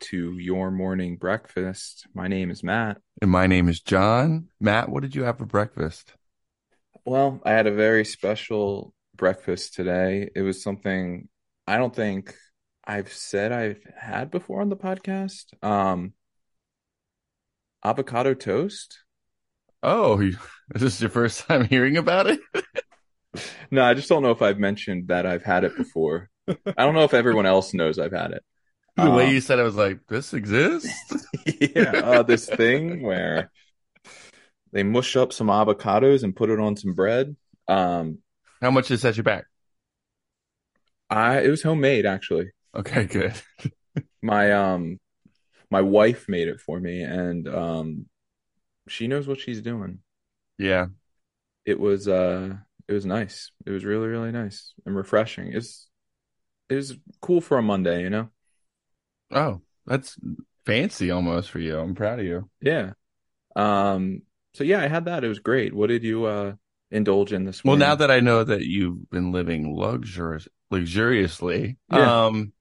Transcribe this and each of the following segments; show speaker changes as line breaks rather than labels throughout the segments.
to your morning breakfast. My name is Matt.
And my name is John. Matt, what did you have for breakfast?
Well, I had a very special breakfast today. It was something I don't think I've said I've had before on the podcast. Um, avocado toast.
Oh, you- is this your first time hearing about it?
No, I just don't know if I've mentioned that I've had it before. I don't know if everyone else knows I've had it.
The way
Um,
you said it I was like, this exists?
yeah, uh, this thing where they mush up some avocados and put it on some bread. Um,
How much did it set you back?
I it was homemade actually.
Okay, good.
My um my wife made it for me and um she knows what she's doing.
Yeah.
It was uh it was nice. It was really, really nice and refreshing. It's it was cool for a Monday, you know?
Oh, that's fancy almost for you. I'm proud of you.
Yeah. Um so yeah, I had that. It was great. What did you uh indulge in this
Well,
morning?
now that I know that you've been living luxurious, luxuriously,
Yeah.
um,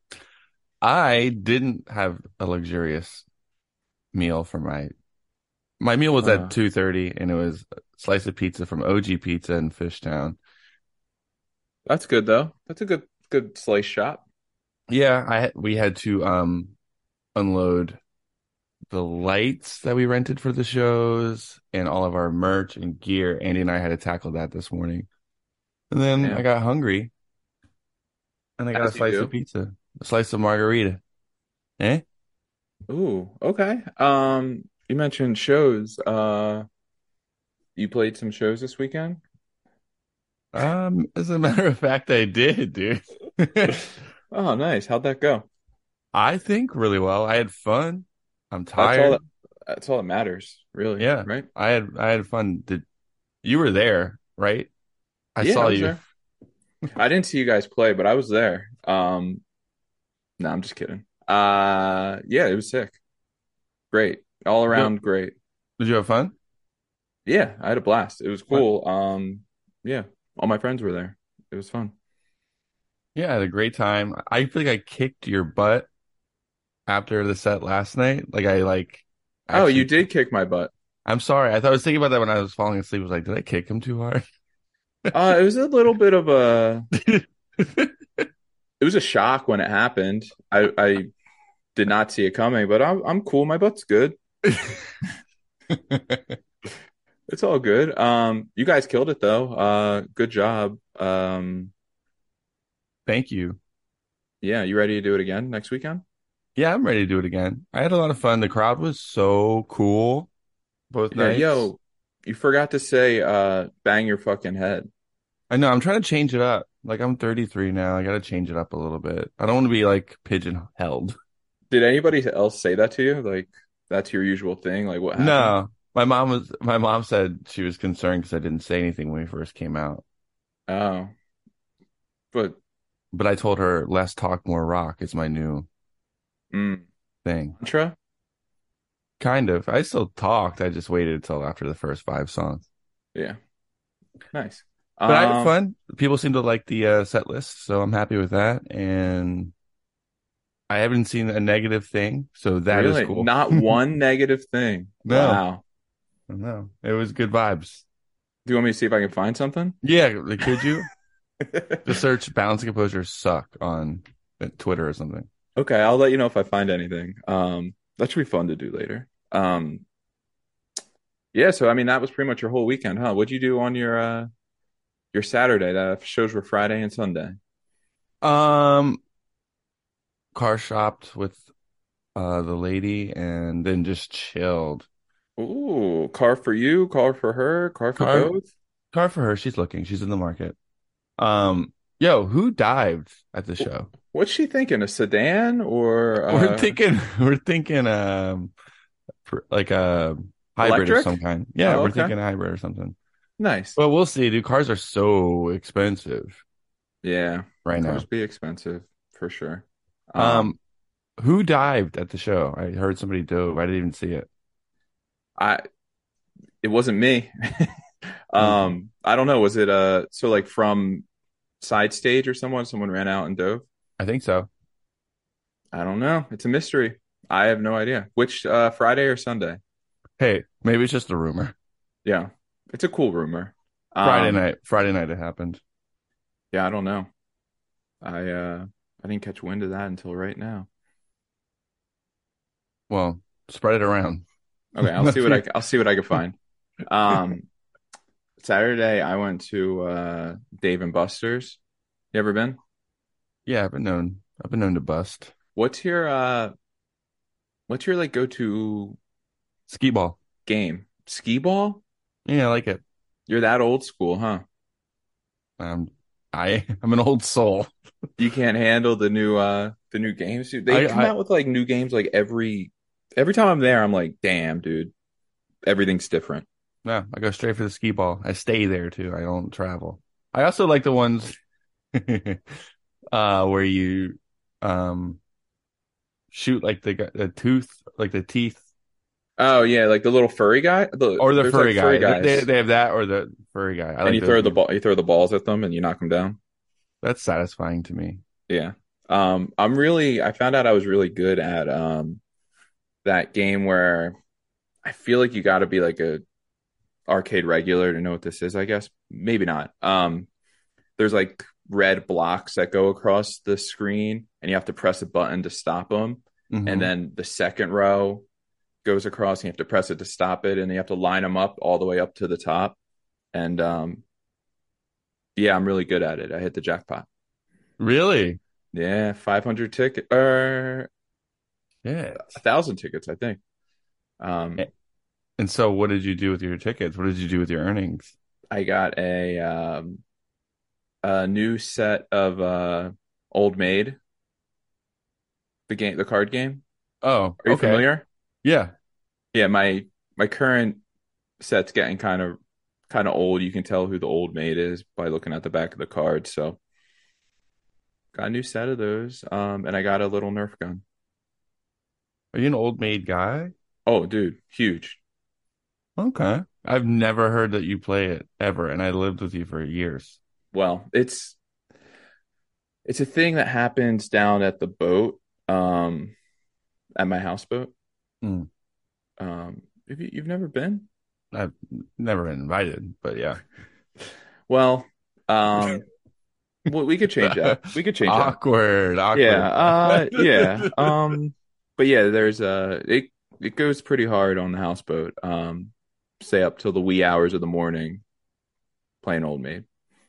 I didn't have a luxurious meal for my my meal was at
Uh,
2:30 and it was a slice of pizza from OG Pizza in Fishtown.
that's good though. That's a good good slice shop.
Yeah, I we had to um unload the lights that we rented for the shows and all of our merch and gear. Andy and I had to tackle that this morning. And then I
Yeah.
got hungry and I got a
As you
slice of
do.
pizza, a slice of margarita. Eh?
Ooh, okay. Um you mentioned shows. Uh you played some shows this weekend?
Um, as a matter of fact, I did, dude.
Oh, nice. How'd that go?
I think really well. I had fun. I'm
That's all
tired.
that that's all that matters, really,
Yeah.
right?
I had I had fun. Did you were there, right? I
Yeah, I
saw
was
you.
there. I didn't see you guys play, but I was there. Um, no, I'm just kidding. Uh, yeah, it was sick. Great. All
Did,
around great.
did you have fun?
Yeah, I had a blast. It was
What?
cool. Um, yeah, all my friends were there. It was fun.
Yeah, I had a great time. I feel like I kicked your butt after the set last night. Like I like
Oh, you
actually
did kick my butt.
I'm sorry. I thought I was thinking about that when I was falling asleep. I was like, did I kick him too hard?
Uh, it was a little bit of a it was a shock when it happened. I I did not see it coming, but I'm I'm cool. My butt's good. It's all good. Um, you guys killed it though. Uh, good job. Um,
Thank you.
yeah, you ready to do it again next weekend?
Yeah, I'm ready to do it again. I had a lot of fun. The crowd was so cool both
Yeah,
nights.
yo, you forgot to say, uh, bang your fucking head.
I know. I'm trying to change it up. Like I'm 33 now. I got to change it up a little bit. I don't want to be like pigeonholed.
Did anybody else say that to you? Like, that's your usual thing? Like, what happened?
No, my mom was. My mom said she was concerned because I didn't say anything when we first came out.
Oh, but
But I told her less talk, more rock is my new
mm,
thing.
mantra?
Kind of. I still talked. I just waited until after the first five songs.
Yeah, nice.
But I had
Um,
fun. People seem to like the uh, set list, so I'm happy with that. And I haven't seen a negative thing, so that is
really,
cool.
not one negative thing.
No,
Wow.
no, it was good vibes.
Do you want me to see if I can find something?
Yeah, like, could you just search "balance and composure suck" on uh, Twitter or something?
Okay, I'll let you know if I find anything. Um, that should be fun to do later. Um, yeah, so I mean that was pretty much your whole weekend, huh? What'd you do on your uh your Saturday? The shows were Friday and Sunday.
Um, car shopped with uh the lady, and then just chilled.
Ooh, car for you, car for her, car for
Car,
both.
car for her. She's looking. She's in the market. Um, yo, who dived at the
Wh-
show?
What's she thinking? A sedan or
We're
uh
thinking, we're thinking, um, pr- like a hybrid of
electric?
some kind. Yeah,
Oh,
we're
okay.
thinking a hybrid or something.
Nice.
But we'll see, dude. Cars are so expensive
Yeah,
right
cars
now.
be expensive for sure. Um,
Um, who dived at the show? I heard somebody dove. I didn't even see it.
I it wasn't me.
Mm.
Um, I don't know. Was it uh so like from side stage or someone? Someone ran out and dove?
I think so.
I don't know. It's a mystery. I have no idea. Which uh, Friday or Sunday?
Hey, maybe it's just a rumor.
Yeah, it's a cool rumor. Um,
Friday night, Friday night it happened.
Yeah, I don't know. I uh, I didn't catch wind of that until right now.
Well, spread it around.
Okay, I'll see what I I'll see what I can find. Um, Saturday I went to uh, Dave and Buster's. You ever been?
Yeah, I've been known. I've been known to bust
What's your uh, what's your like go to
skee ball.
game? Skee ball?
Yeah, I like it.
You're that old school, huh?
Um, I I'm an old soul.
You can't handle the new uh the new games, dude. They
I-
come
I-
out with like new games like every every time I'm there. I'm like, damn, dude, everything's different.
No, I go straight for the skee ball. I stay there too. I don't travel. I also like the ones uh where you um shoot like the gu- the tooth like the teeth
Oh yeah, like the little furry guy, the,
or the
there's,
furry
like, furry
guy.
guys.
They, they have that or the furry guy. I
and
like
you
those
throw the
games.
ball, you throw the balls at them, and you knock them down.
That's satisfying to me.
Yeah. Um, I'm really, I found out I was really good at um that game where I feel like you got to be like a arcade regular to know what this is, I guess. Maybe not. Um, there's like red blocks that go across the screen and you have to press a button to stop them.
Mhm.
And then the second row goes across and you have to press it to stop it and you have to line them up all the way up to the top. And um, yeah, I'm really good at it. I hit the jackpot.
really,
Yeah, 500 ticket or
yeah.
a thousand tickets, I think. Um,
Eh. And so, what did you do with your tickets? What did you do with your earnings?
I got a um, a new set of uh, Old Maid, the game, the card game.
Oh,
Are you
okay.
familiar?
Yeah,
Yeah, my my current set's getting kind of kind of old. You can tell who the Old Maid is by looking at the back of the card. So, got a new set of those, um, and I got a little Nerf gun.
are you an old maid guy?
Oh, dude, huge.
Okay. I've never heard that you play it ever, and I lived with you for years.
well it's it's a thing that happens down at the boat um at my houseboat
Mm.
um have you, you've never been
I've never been invited, but yeah.
well um well, we could change that we could change that
Awkward, awkward.
yeah uh yeah um but yeah there's a it it goes pretty hard on the houseboat um stay up till the wee hours of the morning playing old maid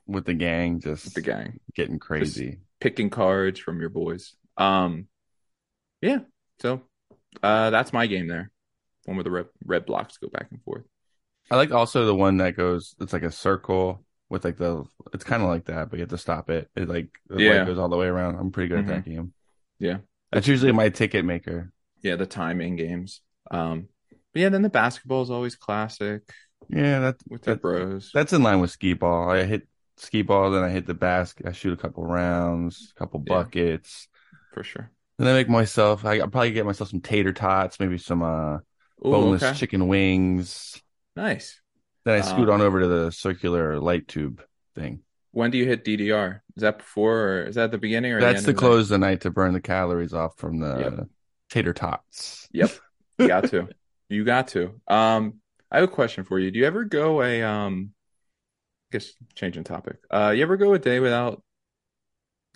With the gang just
with the gang
getting crazy.
picking cards from your boys. Um, yeah. So uh, that's my game there. One where the red, red blocks go back and forth.
I like also the one that goes it's like a circle with like the it's kinda like that, but you have to stop it. It like the light
Yeah. Mm-hmm.
goes all the way around. I'm pretty good at that game.
Yeah.
That's usually my ticket maker.
Yeah, the timing games. Um, but yeah, then the basketball is always classic
Yeah, that
with the
That-
bros.
that's in line with skee ball. I hit skee ball, then I hit the basket, I shoot a couple rounds, a couple
Yeah.
buckets.
for sure.
Then I make myself. I, I'll probably get myself some tater tots, maybe some uh,
Ooh,
boneless
okay.
chicken wings.
Nice.
Then I scoot
Ah.
on over to the circular light tube thing.
When do you hit DDR? Is that before or is that the beginning or the
That's
end
to
of
close the night to burn the calories off from the
Yep.
tater tots.
Yep. You got to. You got to. Um, I have a question for you. Do you ever go a um I guess changing topic. Uh you ever go a day without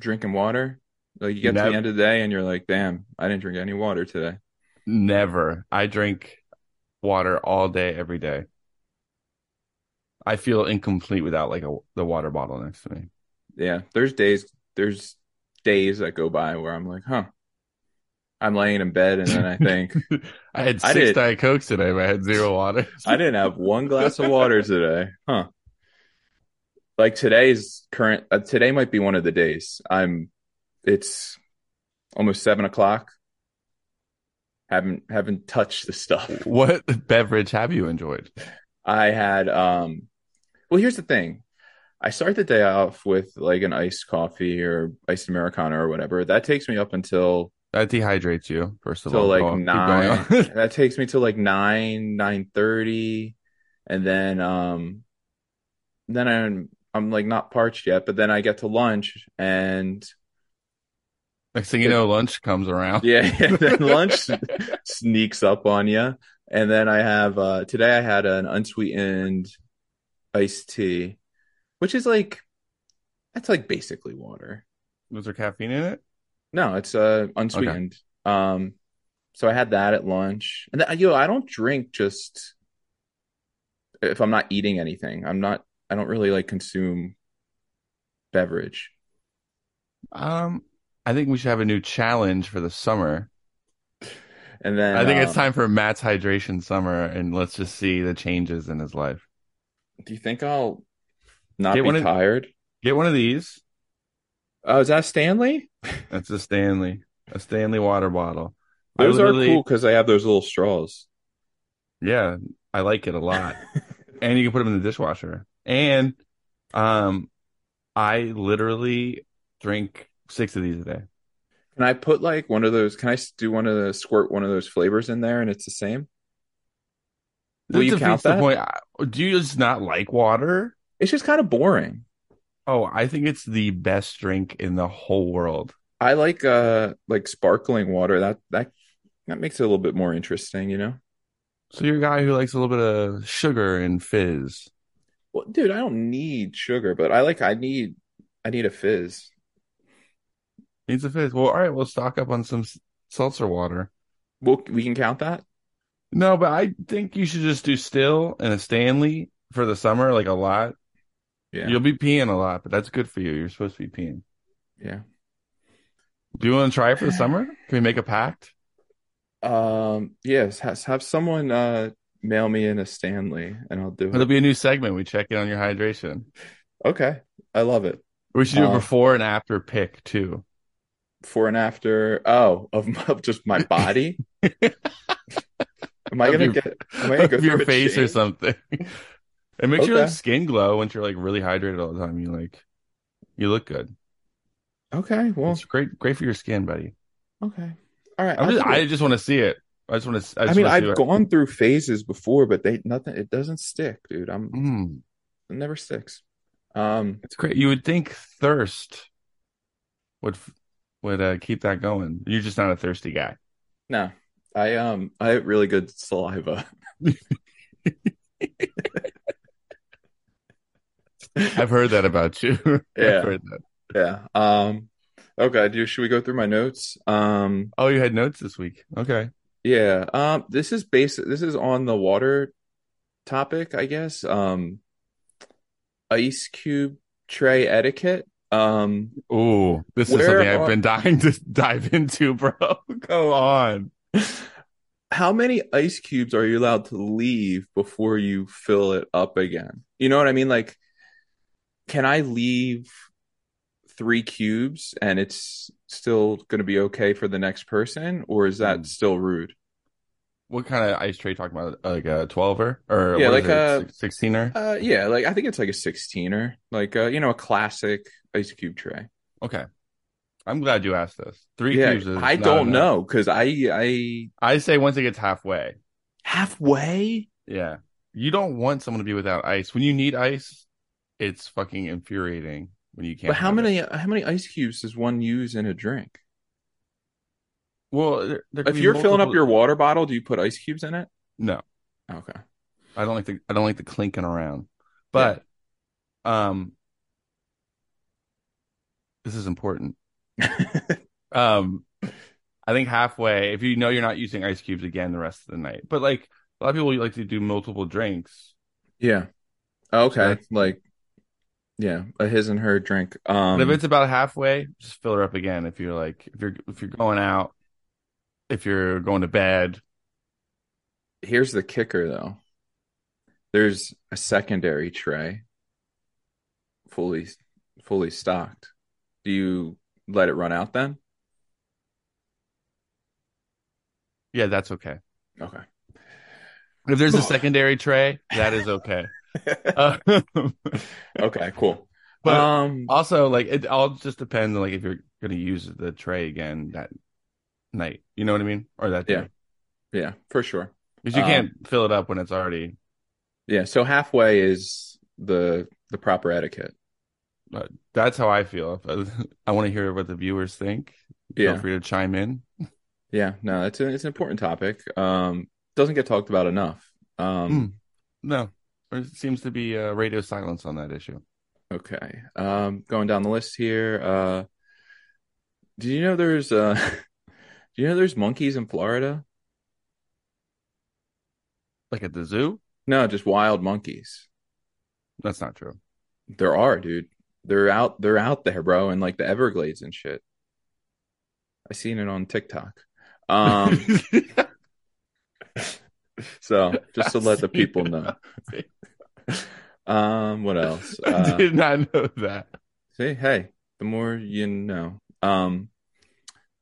drinking water? Like you get to
Nev-
the end of the day and you're like, damn, I didn't drink any water today.
Never. I drink water all day, every day. I feel incomplete without like a, the water bottle next to me.
Yeah. There's days there's days that go by where I'm like, huh. I'm laying in bed and then I think
I had
I
six
did-
Diet Cokes today, but I had zero water.
I didn't have one glass of water today. Huh. Like today's current uh, today might be one of the days. I'm it's almost seven o'clock. Haven't haven't touched the stuff.
What beverage have you enjoyed?
I had um well here's the thing. I start the day off with like an iced coffee or iced Americano or whatever. That takes me up until
That dehydrates you, first of
till
all.
like
Go on, keep
nine.
going on.
that takes me till like nine, nine thirty, and then um, then I'm I'm like not parched yet, but then I get to lunch and
Next thing you know, lunch comes around.
Yeah, and then lunch sneaks up on you. And then I have uh today I had an unsweetened iced tea, which is like that's like basically water.
Was there caffeine in it?
No, it's uh unsweetened. Um so I had that at lunch. And that, you know, I don't drink just if I'm not eating anything. I'm not I don't really like consume beverage.
Um, I think we should have a new challenge for the summer.
And then
I think it's
um,
time for Matt's hydration summer, and let's just see the changes in his life.
Do you think I'll not
Get
be
one of-
tired?
Get one of these.
Oh, is that Stanley?
That's a Stanley, a Stanley water bottle. I
Those are
literally-
cool because they have those little straws.
Yeah, I like it a lot. and you can put them in the dishwasher. And um, I literally drink six of these a day.
Can I put like one of those? Can I s- do one of the squirt one of those flavors in there and it's the same? Will you
defeats
count
the
that?
point. I- Do you just not like water?
It's just kind of boring.
Oh, I think it's the best drink in the whole world.
I like uh like sparkling water. That that that makes it a little bit more interesting, you know?
So you're a guy who likes a little bit of sugar and fizz.
Well, dude, I don't need sugar, but I like I need I need a fizz.
Needs a fizz. Well, all right, we'll stock up on some s- seltzer water.
Well, we can count that.
No, but I think you should just do still and a Stanley for the summer, like a lot.
Yeah.
You'll be peeing a lot, but that's good for you. You're supposed to be peeing.
Yeah.
Do you want to try it for the summer? Can we make a pact?
Um, yes, has, have someone uh mail me in a Stanley and I'll do
It'll
it.
be a new segment. We check in on your hydration.
Okay. I love it.
We should do
Uh,
a before and after pick too.
Before and after. Oh, of, my- of just my body. Am I
Of
gonna
your-
get am I gonna go
Of your
through a
face or
change?
something. It makes your
Okay.
like skin glow once you're like really hydrated all the time. You like you look good.
Okay, well,
It's great, great for your skin, buddy.
okay. All right.
I'm
I'll
just,
do it.
I just want to see it. I just want to. I,
I
just
mean,
wanna see what-
I've gone through phases before, but they nothing it doesn't stick, dude. I'm
Mm,
it never sticks. Um,
it's great. You would think thirst would f- would uh, keep that going. You're just not a thirsty guy.
no. I um I have really good saliva.
I've heard that about you. I've
Yeah.
heard that.
Yeah. Um okay, do should we go through my notes? Um
Oh, you had notes this week. Okay.
yeah. Um this is basic this is on the water topic, I guess. Um ice cube tray etiquette. Um
Oh, this is
Where
something I've
are-
been dying to dive into, bro. Go on.
how many ice cubes are you allowed to leave before you fill it up again? You know what I mean? Like, can I leave three cubes and it's still going to be okay for the next person, or is that
Hmm.
still rude?
What kind of ice tray talking about? Like a twelver or
Yeah,
what is
like a-
it, six- 16er?
Uh, yeah, like I think it's like a sixteener, like uh, you know, a classic ice cube tray.
Okay. I'm glad you asked this. Three
yeah,
cubes is
I
not
don't
enough.
know because I, I
I say once it gets halfway.
halfway.
Yeah. You don't want someone to be without ice. When you need ice, it's fucking infuriating when you can't.
But how
have it.
many how many ice cubes does one use in a drink?
Well, there, there could
If
be
you're filling up
Mm, multiple-
your water bottle, do you put ice cubes in it?
No,
Okay.
I don't like the I don't like the clinking around. But um this is important. Um, I think halfway. If you know you're not using ice cubes again the rest of the night, but like a lot of people like to do multiple drinks.
Yeah. Okay.
that's-
Like, yeah, a his and her drink. Um,
but if it's about halfway, just fill her up again. If you're like if you're if you're going out, if you're going to bed,
here's the kicker though. There's a secondary tray, fully fully stocked. Do you let it run out then?
yeah, that's okay.
Okay.
If there's a secondary tray, that is okay. Uh,
Okay, cool.
But- uh,
um,
also, like it all just depends on like if you're going to use the tray again that night. You know what I mean? Or that day.
Yeah. yeah, for sure.
Because you
Um,
can't fill it up when it's already
Yeah, so halfway is the the proper etiquette.
That's how I feel. If I, I want to hear what the viewers think. Feel
Yeah.
free to chime in.
Yeah, no, it's an it's an important topic. Um, doesn't get talked about enough.
Hmm.
Um,
No, there seems to be uh, radio silence on that issue.
okay. Um, going down the list here. Uh, do you know there's uh, do you know there's monkeys in Florida?
Like at the zoo,
No, just wild monkeys.
that's not true.
There are, dude. They're out. They're out there, bro, in like the Everglades and shit. I seen it on TikTok. Um, so just to let the people know. Um, what else?
I
Uh,
did not know that.
See, hey, the more you know. Um,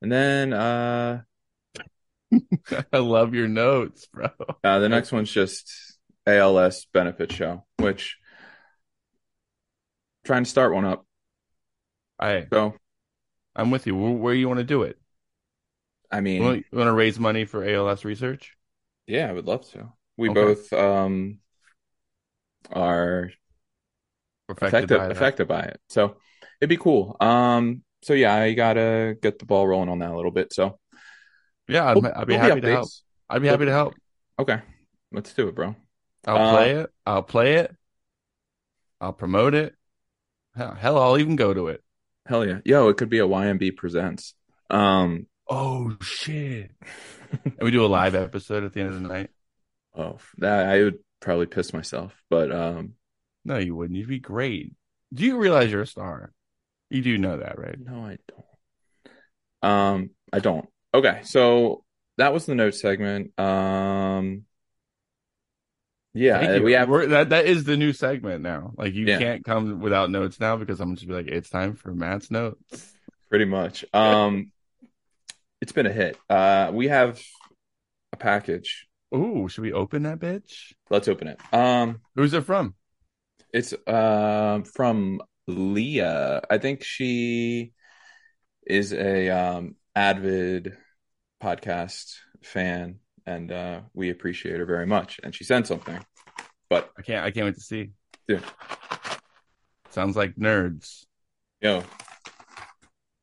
and then uh,
I love your notes, bro.
uh the next one's just ALS benefit show, which trying to start one up.
I
So
I'm with you. Where, where you want to do it?
I
You
mean,
want, to raise money for ALS research?
yeah, I would love to. We
Okay.
both um are affected
by that.
affected by it, so it'd be cool. Um, so yeah, I gotta get the ball rolling on that a little bit. So
Yeah, I'd, I'd be
There'll
happy to help.
updates.
I'd be happy to help.
Okay, let's do it, bro.
I'll
Uh,
play it. I'll play it. I'll promote it. Hell, hell, I'll even go to it.
Hell yeah, yo, it could be a YMB presents. Um,
Oh shit! and we do a live episode at the end of the night.
Oh, that I would probably piss myself, but um,
No, you wouldn't. You'd be great. Do you realize you're a star? You do know that, right?
no, I don't. Um, I don't. Okay, so that was the note segment. Um, yeah,
Thank you.
we have.
We're, that. That is the new segment now. Like you
Yeah.
can't come without notes now because I'm just be like, it's time for Matt's notes.
pretty much um it's been a hit uh we have a package
Ooh, should we open that bitch?
let's open it um
Who's it from?
it's uh, from leah i think she is a um avid podcast fan and uh we appreciate her very much and she sent something but
I can't. I can't wait to see.
Yeah.
Sounds like nerds.
yo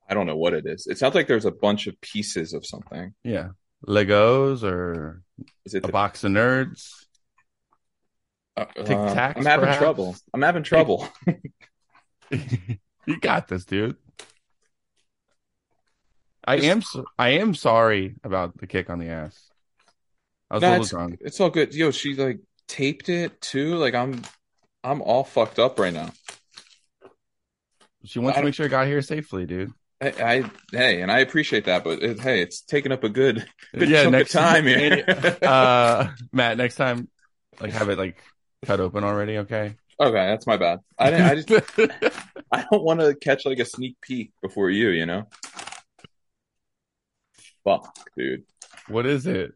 i don't know what it is it sounds like there's a bunch of pieces of something
Yeah. Legos or
is it
a
the,
box of nerds.
uh,
Tic Tacs,
i'm having
perhaps?
trouble i'm having trouble
you got this, dude. I am so- I am sorry about the kick on the ass. I was
No,
a little drunk.
It's all good. Yo, she like taped it too. Like I'm I'm all fucked up right now.
She wants
I
to
don't-
make sure I got here safely, dude.
I, I hey, and I appreciate that, but it, hey, it's taking up a good good chunk of time here.
uh, Matt, next time, like have it like cut open already, okay?
okay, that's my bad. I didn't, I just I don't want to catch like a sneak peek before you, you know. Fuck, dude.
what is it?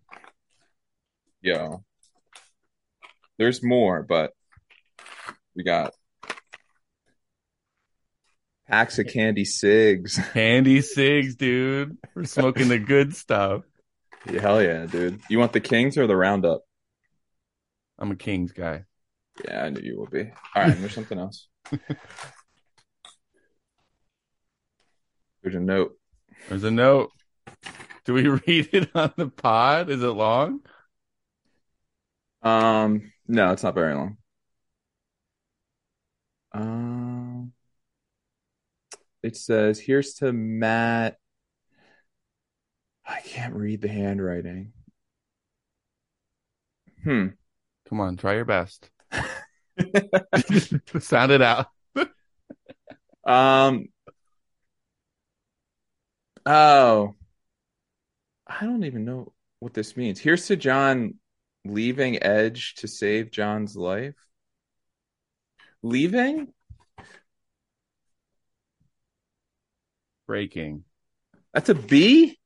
Yo. There's more, but we got packs of candy cigs.
Candy cigs, dude. We're smoking the good stuff.
Yeah, Hell yeah, dude. You want the Kings or the Roundup?
I'm a Kings guy.
Yeah, I knew you would be. All right, there's something else. There's a note.
There's a note. Do we read it on the pod? Is it long?
Um, no, it's not very long. Um, it says, "Here's to Matt." I can't read the handwriting. Hmm.
Come on, try your best. Sound it out.
Um. Oh, I don't even know what this means. Here's to John leaving Edge to save John's life. Leaving?
Breaking.
That's a B?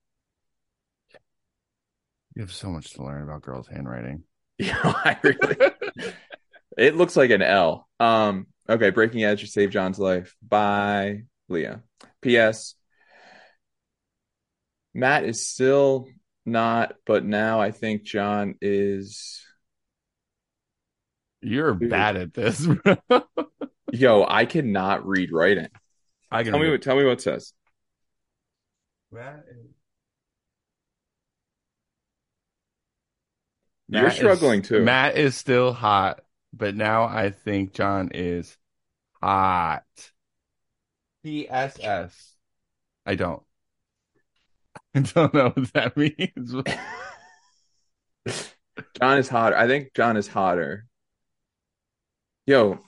You have so much to learn about girls' handwriting.
Yeah, I really. It looks like an L. Um, okay, Breaking Edge to save John's life by Leah. P.S. Matt is still not, but now I think John is.
You're
Dude.
bad at this, bro.
Yo, I cannot read writing.
I can
Tell me
read.
what. Tell me what it says.
That is,
You're
Matt is-
struggling too.
Matt is still hot, but now I think John is hot. PSS. I don't. I don't know what that means.
John is hotter. I think John is hotter. Yo,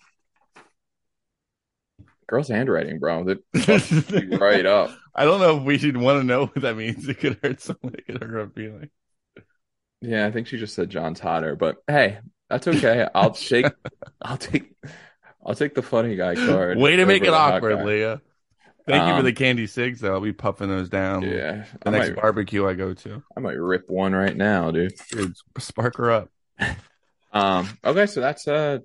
girl's handwriting, bro. That fucked me right up.
I don't know if we should want to know what that means. It could hurt someone. It could hurt a feeling.
Yeah, I think she just said John's hotter, but hey, that's okay. I'll shake. I'll take. I'll take the funny guy card.
Way to make
over
it
the hot
awkward,
guy.
Leah. Thank you for
Um,
the candy cigs, though. I'll be puffing those down.
Yeah,
The
I
next
might,
barbecue I go to.
I might rip one right now, dude.
Dude, spark her up.
Um. Okay, so that's uh,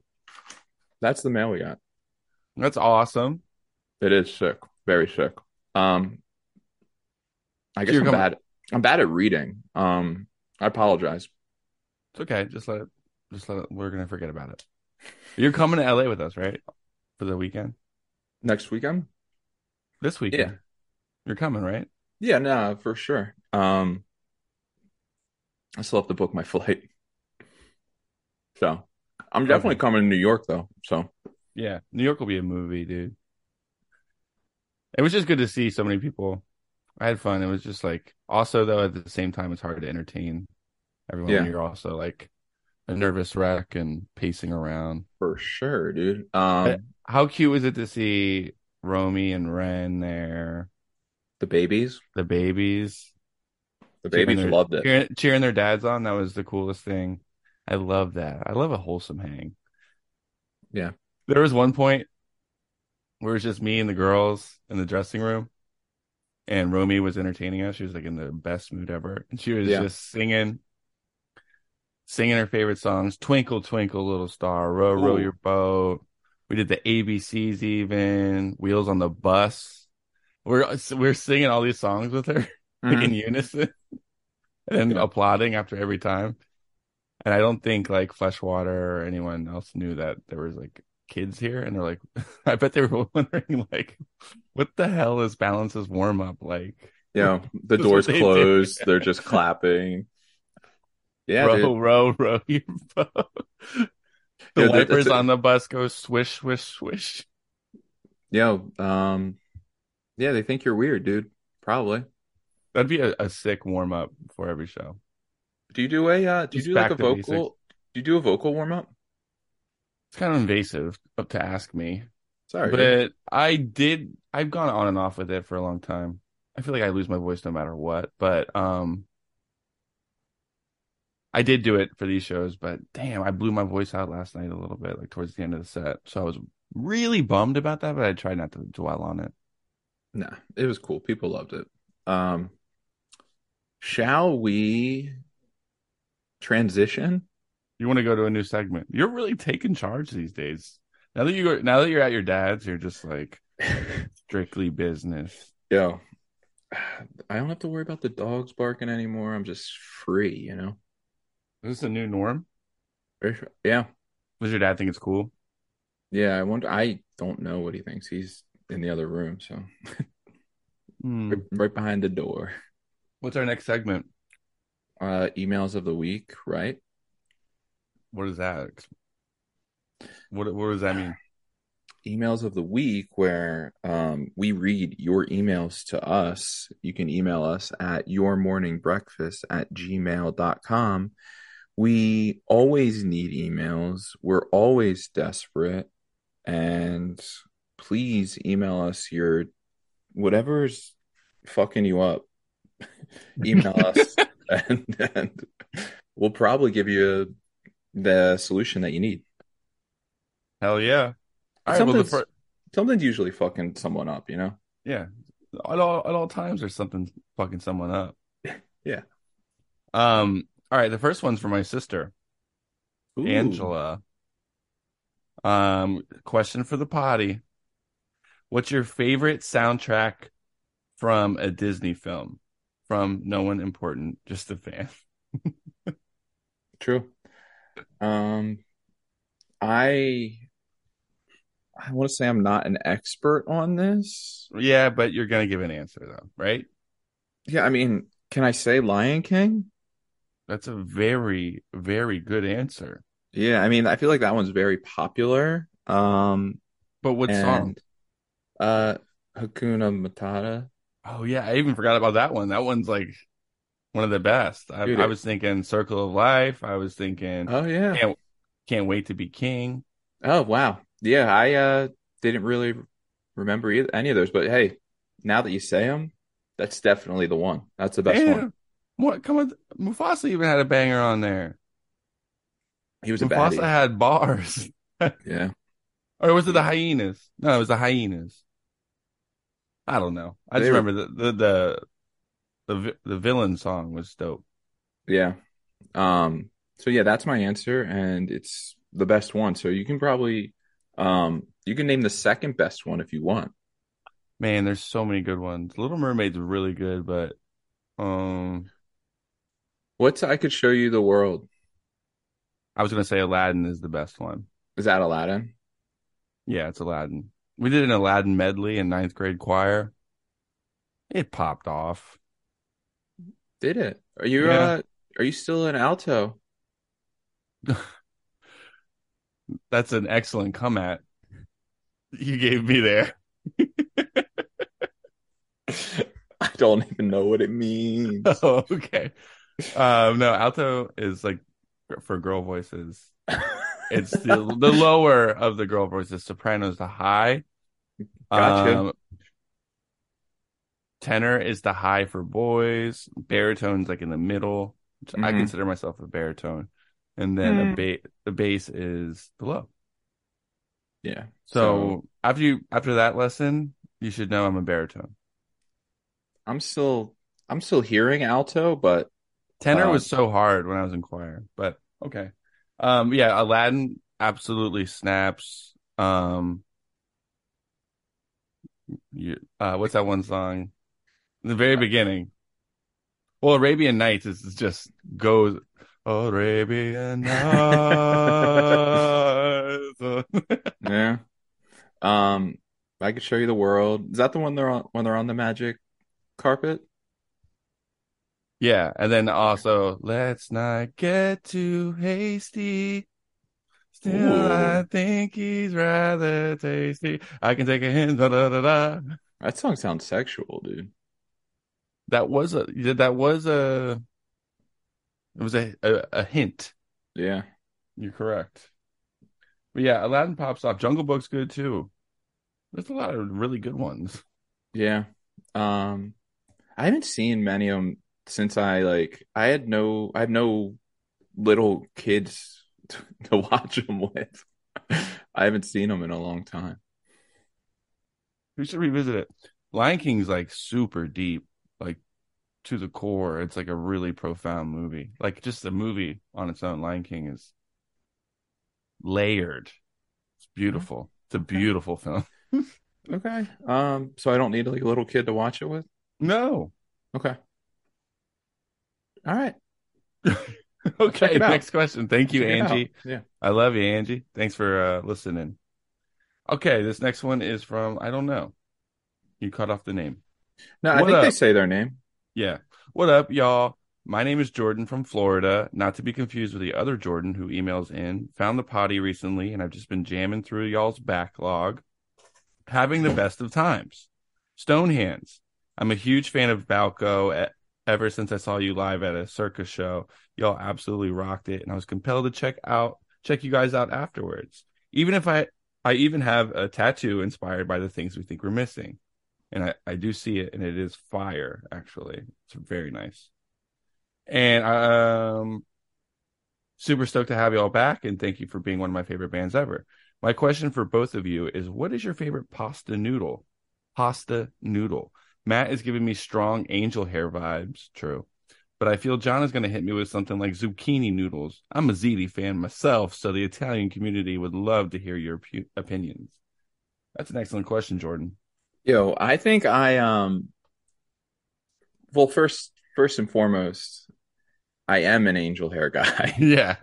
that's the mail we got.
That's awesome.
It is sick, very sick. Um, I guess
You're
I'm
coming-
bad. I'm bad at reading. Um, I apologize.
It's okay. Just let it. Just let it. We're gonna forget about it. You're coming to LA with us, right? For the weekend.
Next weekend?
This weekend. You're coming, right?
Yeah, no, for sure. Um, I still have to book my flight, so I'm definitely
Okay.
coming to New York though. So
Yeah. New York will be a movie, dude. It was just good to see so many people. I had fun. It was just like also though at the same time it's hard to entertain everyone when
Yeah.
you're also like a nervous wreck and pacing around.
for sure, dude.
Yeah.
Um,
How cute was it to see Romy and Ren there,
the babies,
the babies.
the
Cheering
babies
their-
loved it.
Cheering, cheering their dads on, that was the coolest thing. I love that. I love a wholesome hang.
Yeah.
There was one point where it was just me and the girls in the dressing room, and Romy was entertaining us. She was like in the best mood ever. And she was
Yeah.
just singing, singing her favorite songs Twinkle, Twinkle, Little Star, Row, Row
Ooh.
Your Boat. We did the ABCs, even Wheels on the Bus. We're, we're singing all these songs with her like
Mhm.
in unison and
Yeah.
applauding after every time. And I don't think like Fleshwater or anyone else knew that there was like kids here, and they're like, I bet they were wondering like, what the hell is Balance's warm up like?
Yeah, the
That's what
doors
they do.
closed. They're just clapping. Yeah, dude.
row, row, row, your boat. The
Yeah, that- that's
wipers
it.
on the bus go swish, swish, swish.
Yo, um, yeah, they think you're weird, dude. Probably.
That'd be a, a sick warm up for every show.
Do you do a uh, do you
Just
do like
back to
a
basics.
vocal? Do you do a vocal warm up?
It's kind of invasive up to ask me,
Sorry,
but
dude.
I did. I've gone on and off with it for a long time. I feel like I lose my voice no matter what. But um, I did do it for these shows. But damn, I blew my voice out last night a little bit, like towards the end of the set. So I was really bummed about that. But I tried not to dwell on it.
Nah, it was cool. People loved it. Um, shall we transition?
You want to go to a new segment? You're really taking charge these days. Now that you are now that you're at your dad's, you're just like strictly business.
Yo, I don't have to worry about the dogs barking anymore. I'm just free, you know.
Is this a new norm?
Yeah,
Does your dad think it's cool?
yeah. I wonder. I don't know what he thinks. He's in the other room, so
Hmm.
right, right behind the door.
What's our next segment?
Uh, emails of the week, right?
What is that? What what does that mean?
emails of the week where um, we read your emails to us. You can email us at yourmorningbreakfast at gmail.com. We always need emails. We're always desperate. And please email us your whatever's fucking you up. email us and, and we'll probably give you the solution that you need.
Hell yeah! All right, well, the
Something's-
fir-
Something's usually fucking someone up, you know?
yeah, at all at all times, there's something fucking someone up.
Yeah.
Um. All right. The first one's for my sister
Ooh.
Angela. Um. Question for the potty: What's your favorite soundtrack from a Disney film? From no one important, just a fan.
True. Um, I I want to say I'm not an expert on this.
Yeah, but you're gonna give an answer though, right?
Yeah, I mean, can I say Lion King?
That's a very, very good answer.
Yeah, I mean, I feel like that one's very popular. Um,
But what song?
and uh, Hakuna Matata,
Oh yeah, I even forgot about that one. That one's like one of the best. I,
dude.
I
It,
was thinking Circle of Life. I was thinking
oh yeah.
can't can't wait to be king.
Oh wow. Yeah, I uh didn't really remember either, any of those, but hey, now that you say them, that's definitely the one. That's the best one.
Damn. What come on Mufasa even had a banger on there.
He was a
Mufasa
baddie.
had bars.
Yeah.
Or was it the
He-
hyenas? No, it was the hyenas. I don't know. I just
They were
remember the the the the, vi- the villain song was dope.
yeah. Um so yeah, that's my answer and it's the best one. So you can probably um you can name the second best one if you want.
Man, there's so many good ones. Little Mermaid's really good, but um
What's I could show you the world?
I was gonna say Aladdin is the best one.
Is that Aladdin?
Yeah, it's Aladdin. We did an Aladdin medley in ninth grade choir. It popped off.
Did it? Are you
Yeah.
uh are you still in alto?
That's an excellent come at you gave me there.
I don't even know what it means.
Oh, okay. Um, no, alto is like for girl voices. It's the the lower of the girl voices. Soprano is the high.
Gotcha.
Um, tenor is the high for boys. Baritone's like in the middle. Which I
hmm
consider myself a baritone, and then a
Hmm.
ba- the bass is the low.
Yeah. So
So after you after that lesson, you should know I'm a baritone.
I'm still I'm still hearing alto, but
Tenor
uh
was so hard when I was in choir, but okay. Um, yeah, Aladdin absolutely snaps. Um, you, uh, what's that one song? The very beginning. Well, Arabian Nights is, is just goes Arabian Nights.
yeah. Um I could show you the world. Is that the one they're on when they're on the magic carpet?
Yeah, and then also let's not get too hasty. Still, I
Ooh.
think he's rather tasty. I can take a hint. Da, da, da, da.
That song sounds sexual, dude.
That was a yeah, that was a it was a, a a hint.
Yeah.
You're correct. But yeah, Aladdin pops off. Jungle Book's good too. There's a lot of really good ones.
Yeah. Um I haven't seen many of them since I like I had no I have no little kids to, to watch them with. I haven't seen them in a long time.
We should revisit it. Lion King's like super deep, like to the core. It's like a really profound movie. Like just the movie on its own, Lion King is layered. It's beautiful. It's a
Okay.
beautiful film.
Okay. Um, so I don't need like a little kid to watch it with?
No.
Okay. All right. I'll check
Okay,
it out.
next question. Thank you,
Check it out.
Angie.
Yeah.
I love you, Angie. Thanks for uh, listening. Okay, this next one is from I don't know. You cut off the name.
No, I
What
think they
up?
say their name.
Yeah. What up, y'all? My name is Jordan from Florida, not to be confused with the other Jordan who emails in. Found the potty recently, and I've just been jamming through y'all's backlog, having the best of times. Stonehands. I'm a huge fan of Balco e- ever since I saw you live at a circus show. Y'all absolutely rocked it, and I was compelled to check out check you guys out afterwards. Even if I I even have a tattoo inspired by the things we think we're missing and I, I do see it, and it is fire. Actually, it's very nice, and um, super stoked to have you all back, and thank you for being one of my favorite bands ever. My question for both of you is, what is your favorite pasta noodle? Pasta noodle. Matt is giving me strong angel hair vibes. True. But I feel John is going to hit me with something like zucchini noodles. I'm a ziti fan myself, so the Italian community would love to hear your pu- opinions. That's an excellent question, Jordan.
Yo, I think I um well first first and foremost, I am an angel hair guy.
Yeah.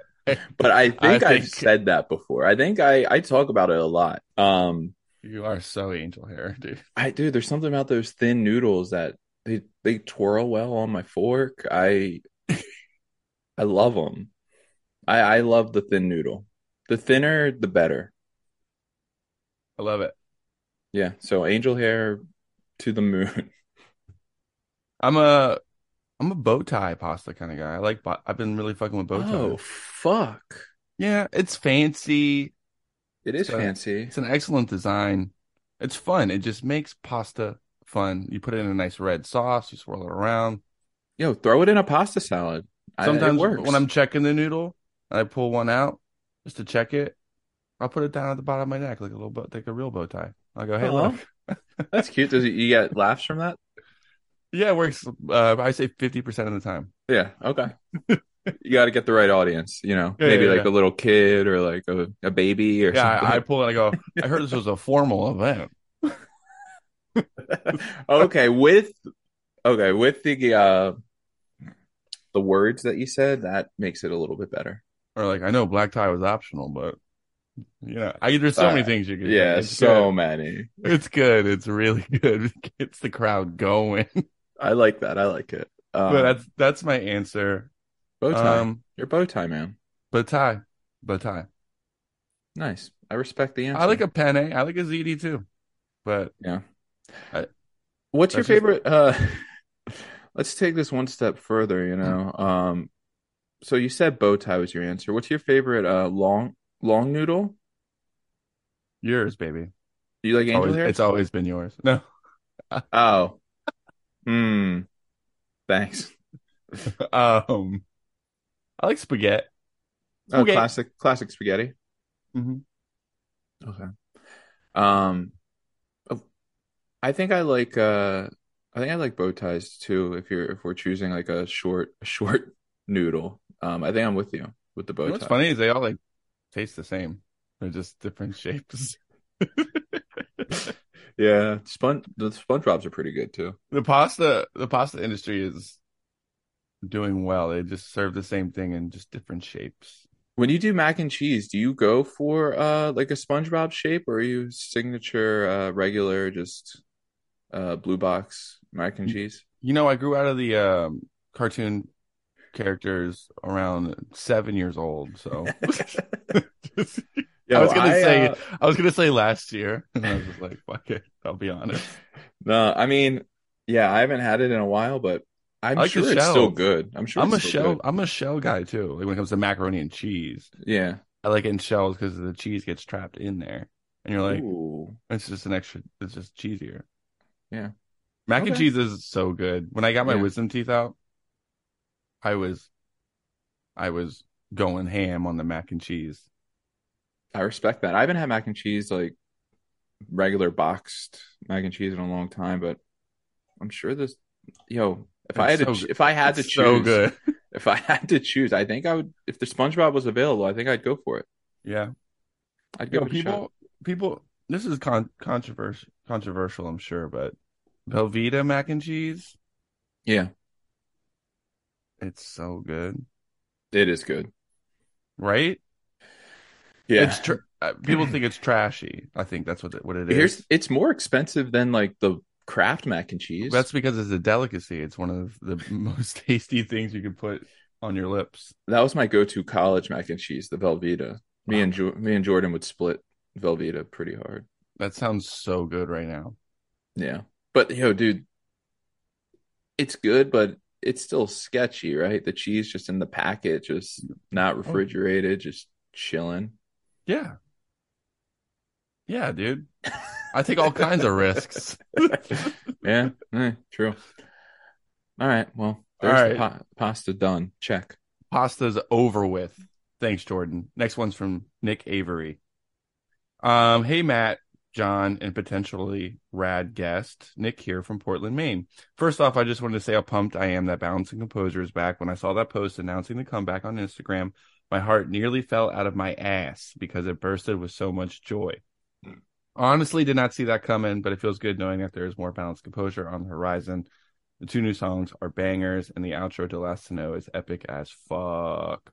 But I
I
think I've
think
said that before. I think I I talk about it a lot. Um
you are so angel hair, dude.
I dude, there's something about those thin noodles that they they twirl well on my fork. I I love them. I I love the thin noodle. The thinner, the better.
I love it.
Yeah. So angel hair to the moon.
I'm a I'm a bow tie pasta kind of guy. I like bo- I've been really fucking with bow ties.
Oh fuck!
Yeah, it's fancy.
It is
So-
fancy.
It's an excellent design. It's fun. It just makes pasta fun. You put it in a nice red sauce, you swirl it around.
Yo, throw it in a pasta salad. I- it
Sometimes
works.
when I'm checking the noodle, and I pull one out just to check it. I'll put it down at the bottom of my neck like a little bow, like a real bow tie. I'll go, hey,
Aw.
look.
That's cute. Does it, you get laughs from that?
Yeah, it works. Uh, I say 50% of the time.
Yeah. Okay. you got to get the right audience. You know,
Yeah,
maybe
yeah,
like
yeah.
a little kid or like a, a baby or
Yeah, I, I
something.
pull it. I go, I heard this was a formal event.
okay, with okay with the uh the words that you said, that makes it a little bit better.
Or like, I know black tie was optional, but you know, I, there's so many
Uh,
things you can. do.
Yeah,
It's
so many.
good. it's good. It's really good. It gets the crowd going.
I like that. I like it. Um,
but that's that's my answer.
bow tie.
Um,
You're a bow tie man.
but tie, but tie.
Nice. I respect the answer.
I like a penne. I like a ZD too. But
What's your
That's just-
favorite? Uh, let's take this one step further. You know,
Mm-hmm.
um, so you said bow tie was your answer. What's your favorite? Uh, long long noodle.
yours, baby.
Do you like
It's
angel
always,
hair?
it's always been yours. No,
Oh. Hmm. Thanks.
um, I like spaghetti.
Oh,
Okay.
classic classic spaghetti.
Mhm.
Okay. Um, oh, I think I like uh, I think I like bow ties too. If you're if we're choosing like a short a short noodle, um, I think I'm with you with the bow
You know What's
tie.
funny is they all like taste the same. They're just different shapes.
Yeah, spon the SpongeBob's are pretty good too.
the pasta the pasta industry is doing well they just serve the same thing in just different shapes
When you do mac and cheese, do you go for uh like a SpongeBob shape or are you signature uh regular just uh blue box mac
Mm.
and cheese?
you know i grew out of the um, cartoon characters around seven years old so
Yo,
i was gonna say
uh,
i was gonna say last year and i was just like fuck it i'll be honest
no, I mean, yeah, I haven't had it in a while, but I'm
I like the
sure it's still
shells.
good. I'm sure
i'm a
it's still
shell i'm a shell guy too like when it comes to macaroni and cheese
good. Yeah.
i like it in shells because the cheese gets trapped in there and you're like
Ooh.
It's just an extra. It's just cheesier.
Yeah.
mac and
Okay.
cheese is so good. When I got my
Yeah.
wisdom teeth out, I was, I was going ham on the mac and cheese.
I respect that. I haven't had mac and cheese like regular boxed mac and cheese in a long time, but I'm sure this yo, if I had
It's
to
so
ch-
good.
if I had to
It's so
choose
good.
if I had to choose, I think I would if the SpongeBob was available, I think I'd go for it.
Yeah,
I'd
Yo,
give it a shot.
people, people. This is con- controversial. Controversial, I'm sure, but Velveeta mac and cheese.
Yeah,
It's so good,
it is good.
right?
Yeah.
It's tr- uh, people think it's trashy. I think that's what it, what it is.
Here's it's more expensive than like the Kraft mac and cheese.
That's because it's a delicacy. It's one of the most tasty things you can put on your lips.
that was my go-to college mac and cheese, the Velveeta. Me
Wow.
and jo- me and Jordan would split Velveeta pretty hard.
That sounds so good right now.
Yeah. But yo, dude, it's good, but it's still sketchy, right? The cheese just in the packet, just not refrigerated, just chilling.
Yeah. Yeah, dude. I take all kinds of risks.
Yeah, eh, true. All right. Well,
All
there's
right.
the pa- pasta done. Check.
Pasta's over with. Thanks, Jordan. Next one's from Nick Avery. Um, hey Matt, John, and potentially rad guest, Nick here from Portland, Maine. First off, I just wanted to say how pumped I am that Balancing Composer is back. When I saw that post announcing the comeback on Instagram, my heart nearly fell out of my ass because it bursted with so much joy. Honestly, did not see that coming, but it feels good knowing that there is more balanced composure on the horizon. The two new songs are bangers, and the outro to Last to Know is epic as fuck.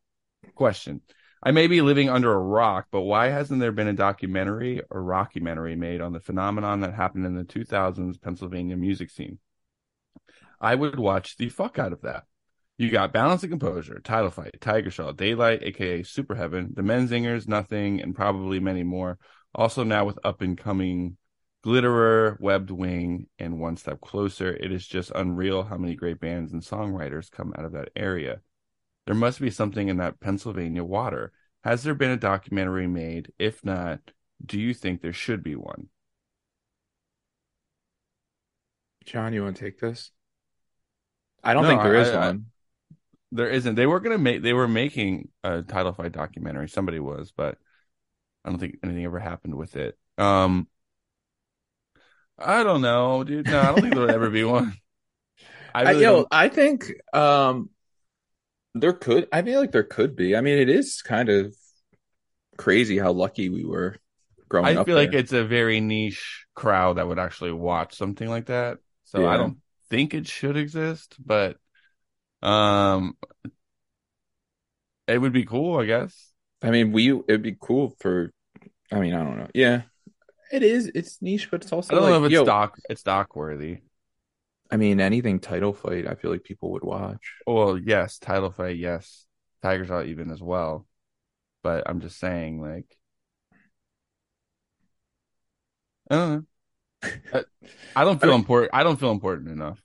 Question. I may be living under a rock, but why hasn't there been a documentary or rockumentary made on the phenomenon that happened in the 2000s Pennsylvania music scene? I would watch the fuck out of that. You got Balance and Composure, Title Fight, Tiger Shaw, Daylight, aka Super Heaven, The Menzingers, Nothing, and probably many more. Also now with up and coming Glitterer, Webbed Wing, and One Step Closer. It is just unreal how many great bands and songwriters come out of that area. There must be something in that Pennsylvania water. Has there been a documentary made? If not, do you think there should be one?
John, you want to take this? I don't
No,
think there
I-
is
I-
one.
There isn't. They were gonna make. They were making a title fight documentary. Somebody was, but I don't think anything ever happened with it. Um, I don't know, dude. No, I don't think there would ever be one. I
I,
really
yo,
don't-
I think um there could I feel like there could be. I mean, it is kind of crazy how lucky we were growing
I
up.
feel like
there.
it's a very niche crowd that would actually watch something like that. So
Yeah.
I don't think it should exist, but um, it would be cool, I guess.
I mean, we it'd be cool for I mean, I don't know. Yeah. It is it's niche, but it's also
I don't
like
know if it's
yo,
doc. It's doc worthy.
I mean, anything title fight, I feel like people would watch.
Well, yes, title fight, yes, Tiger Shot even as well. But I'm just saying, like, I don't know. I, I don't
I
feel
mean-
important. I don't feel important enough.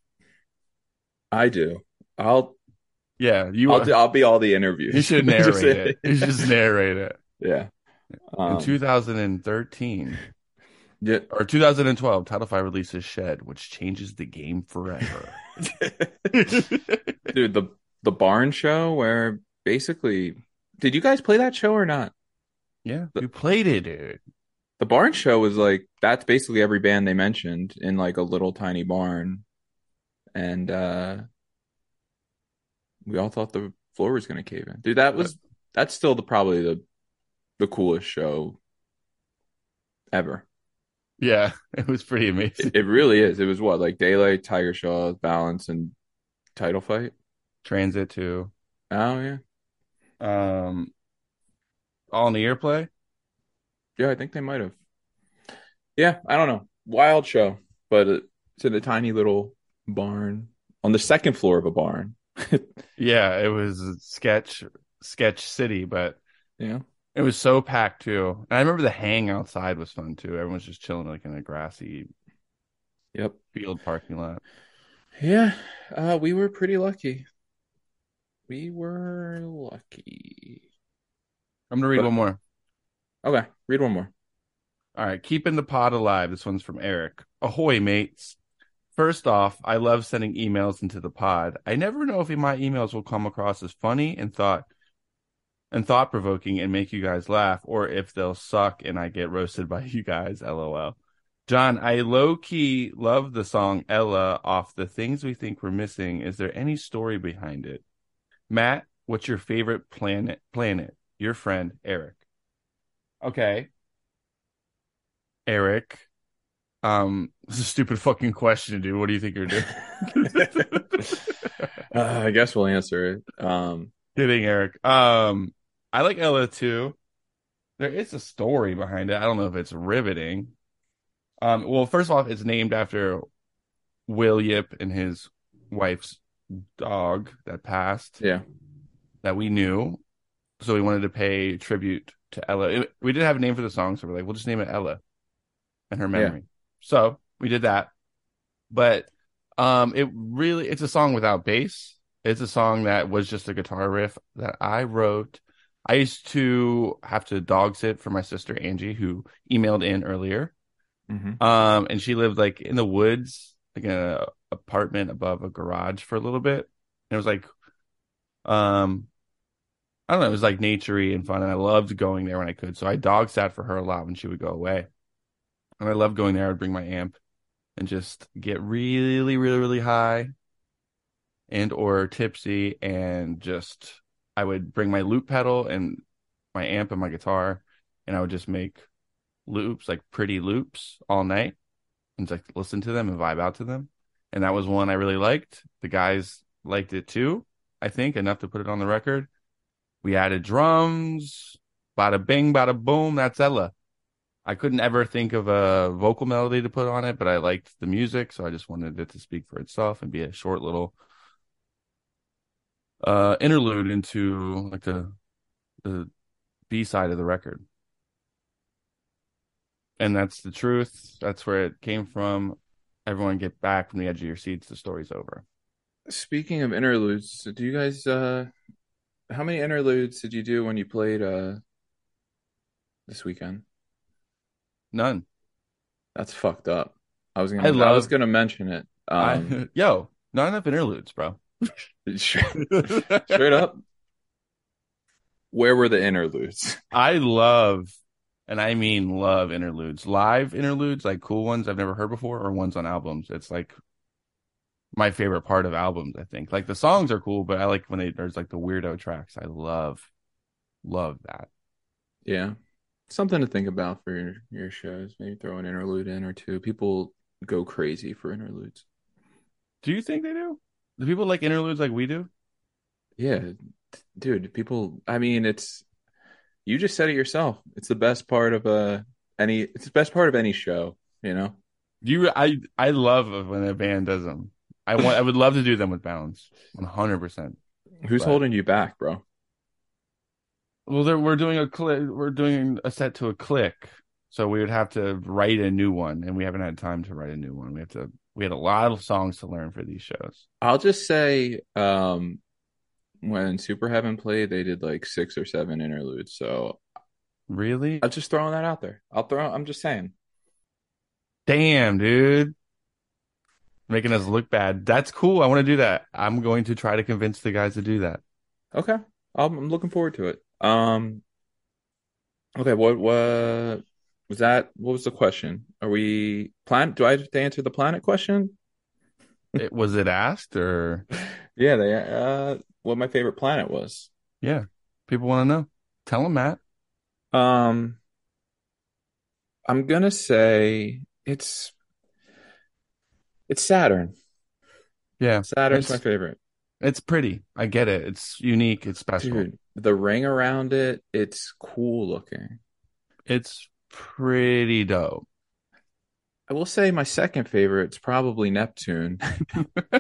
I do. I'll
Yeah, you.
I'll, do, I'll be all the interviews.
you should
Just
narrate
say-
it. You should just narrate it.
Yeah.
In
Um,
2013
yeah.
or 2012, Title Fight releases Shed, which changes the game forever.
Dude, the the barn show where basically did you guys play that show or not?
yeah, we played it, dude.
The barn show was like that's basically every band they mentioned in like a little tiny barn. And uh we all thought the floor was gonna cave in. Dude, that was that's still the probably the the coolest show ever.
Yeah, it was pretty amazing.
It, it really is. It was what, like Daylight, Tiger Shaw, Balance, and Title Fight?
Transit too.
Oh yeah.
Um, all in the ear play.
Yeah, I think they might have. Yeah, I don't know. Wild show, but it- it's in a tiny little barn on the second floor of a barn.
Yeah, it was a sketch sketch city, but
Yeah.
it was so packed too. And I remember the hang outside was fun too. Everyone's just chilling like in a grassy
Yep.
field parking lot.
Yeah, uh, we were pretty lucky. We were lucky.
I'm gonna read
But-
one more.
Okay, read one more.
All right, keeping the pod alive. This one's from Eric. Ahoy, mates. First off, I love sending emails into the pod. I never know if my emails will come across as funny and thought and thought provoking and make you guys laugh, or if they'll suck and I get roasted by you guys. LOL. John, I low key love the song Ella off the things we think we're missing. Is there any story behind it? Matt, what's your favorite planet? Planet, your friend Eric. Okay. Eric. Um, this is a stupid fucking question, dude. What do you think you're doing?
Uh, I guess we'll answer it. Um,
Kidding, Eric. Um, I like Ella too. There is a story behind it. I don't know if it's riveting. Um, well, first off, it's named after Will Yip and his wife's dog that passed.
yeah,
that we knew. So we wanted to pay tribute to Ella. It- we didn't have a name for the song, so we're like, we'll just name it Ella and her
Yeah.
memory. So we did that. But um it really it's a song without bass. It's a song that was just a guitar riff that I wrote. I used to have to dog sit for my sister Angie, who emailed in earlier.
hmm
Um, and she lived like in the woods, like in an apartment above a garage for a little bit. And it was like, um, I don't know, it was like naturey and fun, and I loved going there when I could. So I dog sat for her a lot when she would go away, and I loved going there. I'd bring my amp and just get really, really, really high, and or tipsy, and just I would bring my loop pedal and my amp and my guitar, and I would just make loops, like pretty loops all night and just like listen to them and vibe out to them. And that was one I really liked. The guys liked it too, I think, enough to put it on the record. We added drums, bada bing, bada boom, that's Ella. I couldn't ever think of a vocal melody to put on it, but I liked the music, so I just wanted it to speak for itself and be a short little uh interlude into like the the B side of the record. And that's the truth. That's where it came from. Everyone get back from the edge of your seats. The story's over.
Speaking of interludes, do you guys uh how many interludes did you do when you played uh this weekend?
None.
That's fucked up. I was gonna
I
I,
love-
was gonna mention it. Um
I, yo, not enough interludes, bro.
straight, straight up. Where were the interludes?
I love, and I mean love interludes, live interludes, like cool ones I've never heard before, or ones on albums. It's like my favorite part of albums. I think like the songs are cool, but I like when they there's like the weirdo tracks. I love, love that.
Yeah. Something to think about for your, your shows. Maybe throw an interlude in or two. People go crazy for interludes.
Do you think they do? Do people like interludes like we do?
Yeah, d- dude, people, I mean, it's you just said it yourself. It's the best part of uh any it's the best part of any show, you know?
Do you? I I love when a band does them. I want. I would love to do them with balance. One hundred percent.
Who's
Right.
holding you back, bro?
Well, there, we're doing a click. We're doing a set to a click, so we would have to write a new one, and we haven't had time to write a new one. We have to. We had a lot of songs to learn for these shows.
I'll just say, um, when Super Heaven played, they did like six or seven interludes. So
Really?
I'm just throwing that out there. I'll throw, I'm just saying.
Damn, dude. Making us look bad. That's cool. I want to do that. I'm going to try to convince the guys to do that.
Okay. I'm, I'm looking forward to it. Um, okay. What, what was that? What was the question? Are we planet? Do I have to answer the planet question?
It, was it asked or?
Yeah, they uh what my favorite planet was.
Yeah. People want to know. Tell them, Matt.
Um I'm gonna say it's it's Saturn.
Yeah.
Saturn's my
It's-
favorite.
It's pretty. I get it. It's unique. It's special.
Dude, the ring around it, it's cool looking.
It's pretty dope.
I will say my second favorite's probably Neptune.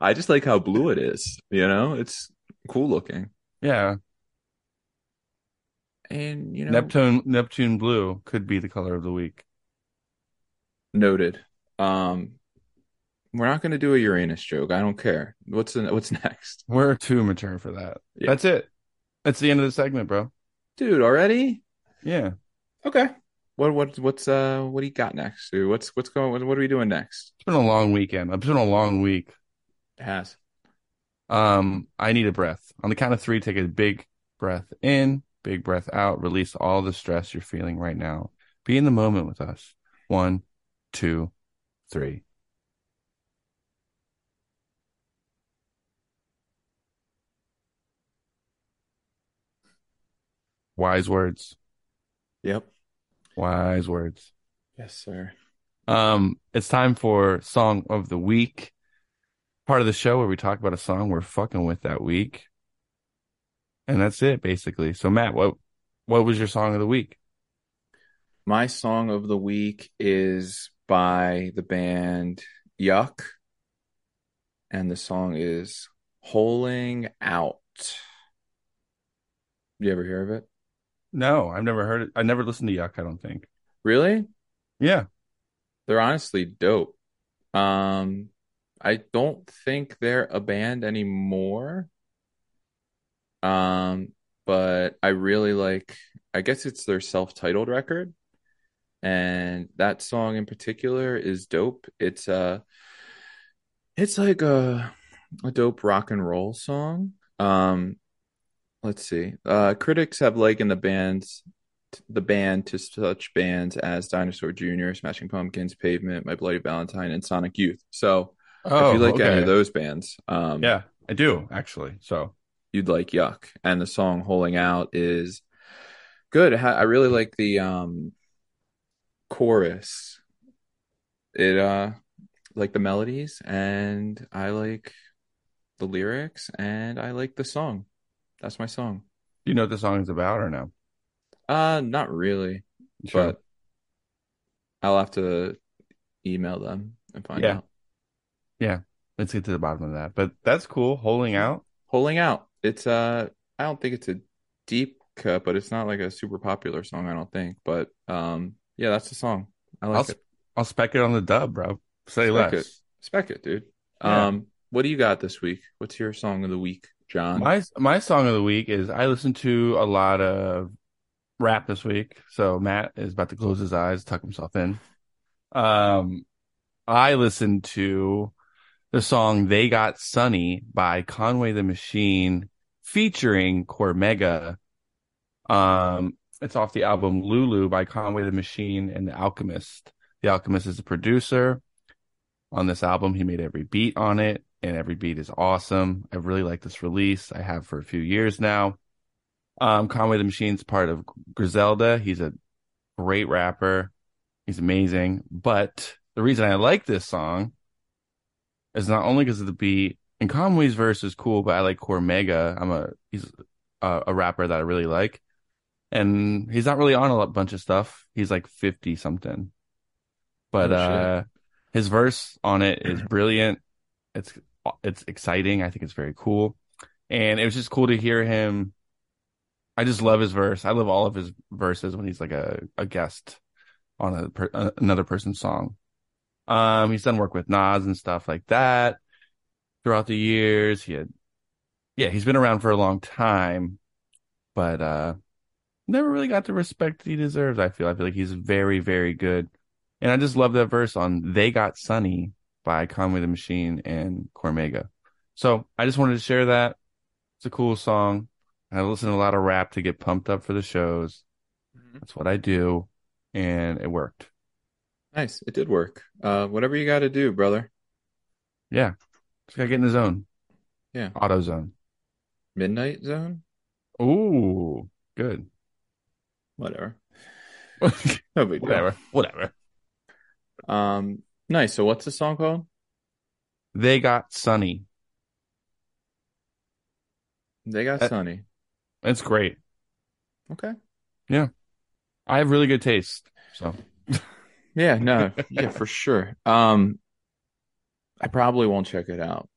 I just like how blue it is, you know? It's cool looking.
Yeah.
And you know
Neptune Neptune blue could be the color of the week.
noted. Um we're not gonna do a Uranus joke. I don't care. What's the, what's next?
We're too mature for that.
Yeah.
That's it. That's the end of the segment, bro.
Dude, already?
Yeah.
Okay. What what what's uh what do you got next, dude? What's what's going what, what are we doing next?
It's been a long weekend. It's been a long week.
Has.
Um, I need a breath. On the count of three, take a big breath in, big breath out. Release all the stress you're feeling right now. Be in the moment with us. One, two, three. Wise words.
Yep.
Wise words.
Yes, sir.
Um, it's time for song of the week, part of the show where we talk about a song we're fucking with that week, and that's it basically. So Matt, what what was your song of the week?
My song of the week is by the band Yuck. And the song is Holing Out. You ever hear of it?
No, I've never heard it. I never listened to Yuck. I don't think.
Really?
Yeah,
They're honestly dope. Um, I don't think they're a band anymore. Um, but I really like, I guess it's their self-titled record. And that song in particular is dope. It's uh it's like a a dope rock and roll song. Um, let's see. Uh, critics have likened the band's the band to such bands as Dinosaur Jr., Smashing Pumpkins, Pavement, My Bloody Valentine, and Sonic Youth. So
Oh,
if you like any
okay.
of those bands, um,
yeah, I do actually. So
you'd like Yuck. And the song Holding Out is good. It ha- I really like the um, chorus. It uh like the melodies and I like the lyrics and I like the song. That's my song.
do you know what the song is about or no?
Uh, not really,
Sure.
but I'll have to email them and find
Yeah.
out.
Let's get to the bottom of that. But that's cool. Holding out.
Holding out. It's uh, I don't think it's a deep cut, but it's not like a super popular song. I don't think, but um, yeah, that's the song. I like
I'll
it.
sp- I'll spec it on the dub, bro. Say less.
Spec it. Spec it, dude.
Yeah.
Um, what do you got this week? What's your song of the week, John?
My my song of the week is I listened to a lot of rap this week. So Matt is about to close his eyes, tuck himself in. Um I listened to the song They Got Sunny by Conway the Machine featuring Cormega. Um it's off the album Lulu by Conway the Machine and The Alchemist. The Alchemist is a producer on this album. He made every beat on it, and every beat is awesome. I really like this release. I have for a few years now. Um, Conway the Machine's part of Griselda. He's a great rapper. He's amazing. But the reason I like this song is not only because of the beat, and Conway's verse is cool, but I like Cormega. I'm a he's a, a rapper that I really like. And he's not really on a bunch of stuff. He's like 50 something. But
Oh, shit.
uh his verse on it is brilliant. It's it's exciting. I think it's very cool. And it was just cool to hear him. I just love his verse. I love all of his verses when he's like a, a guest on a per, uh, another person's song. Um, he's done work with Nas and stuff like that throughout the years. He had, yeah, he's been around for a long time, but uh, never really got the respect that he deserves. I feel. I feel like he's very, very good, and I just love that verse on "They Got Sunny" by Conway the Machine and Cormega. So I just wanted to share that. It's a cool song. I listen to a lot of rap to get pumped up for the shows. That's what I do, and it worked.
Nice. It did work. Uh, whatever you got to do, brother.
Yeah, just gotta get in the zone.
Yeah.
auto zone.
Midnight Zone?
Ooh, good.
Whatever. No big deal.
whatever, whatever.
Um, nice. So what's the song called?
They got Sunny.
They got
Uh,
Sunny.
It's great.
Okay.
I have really good taste. So
Yeah, no. yeah, for sure. Um, I probably won't check it out.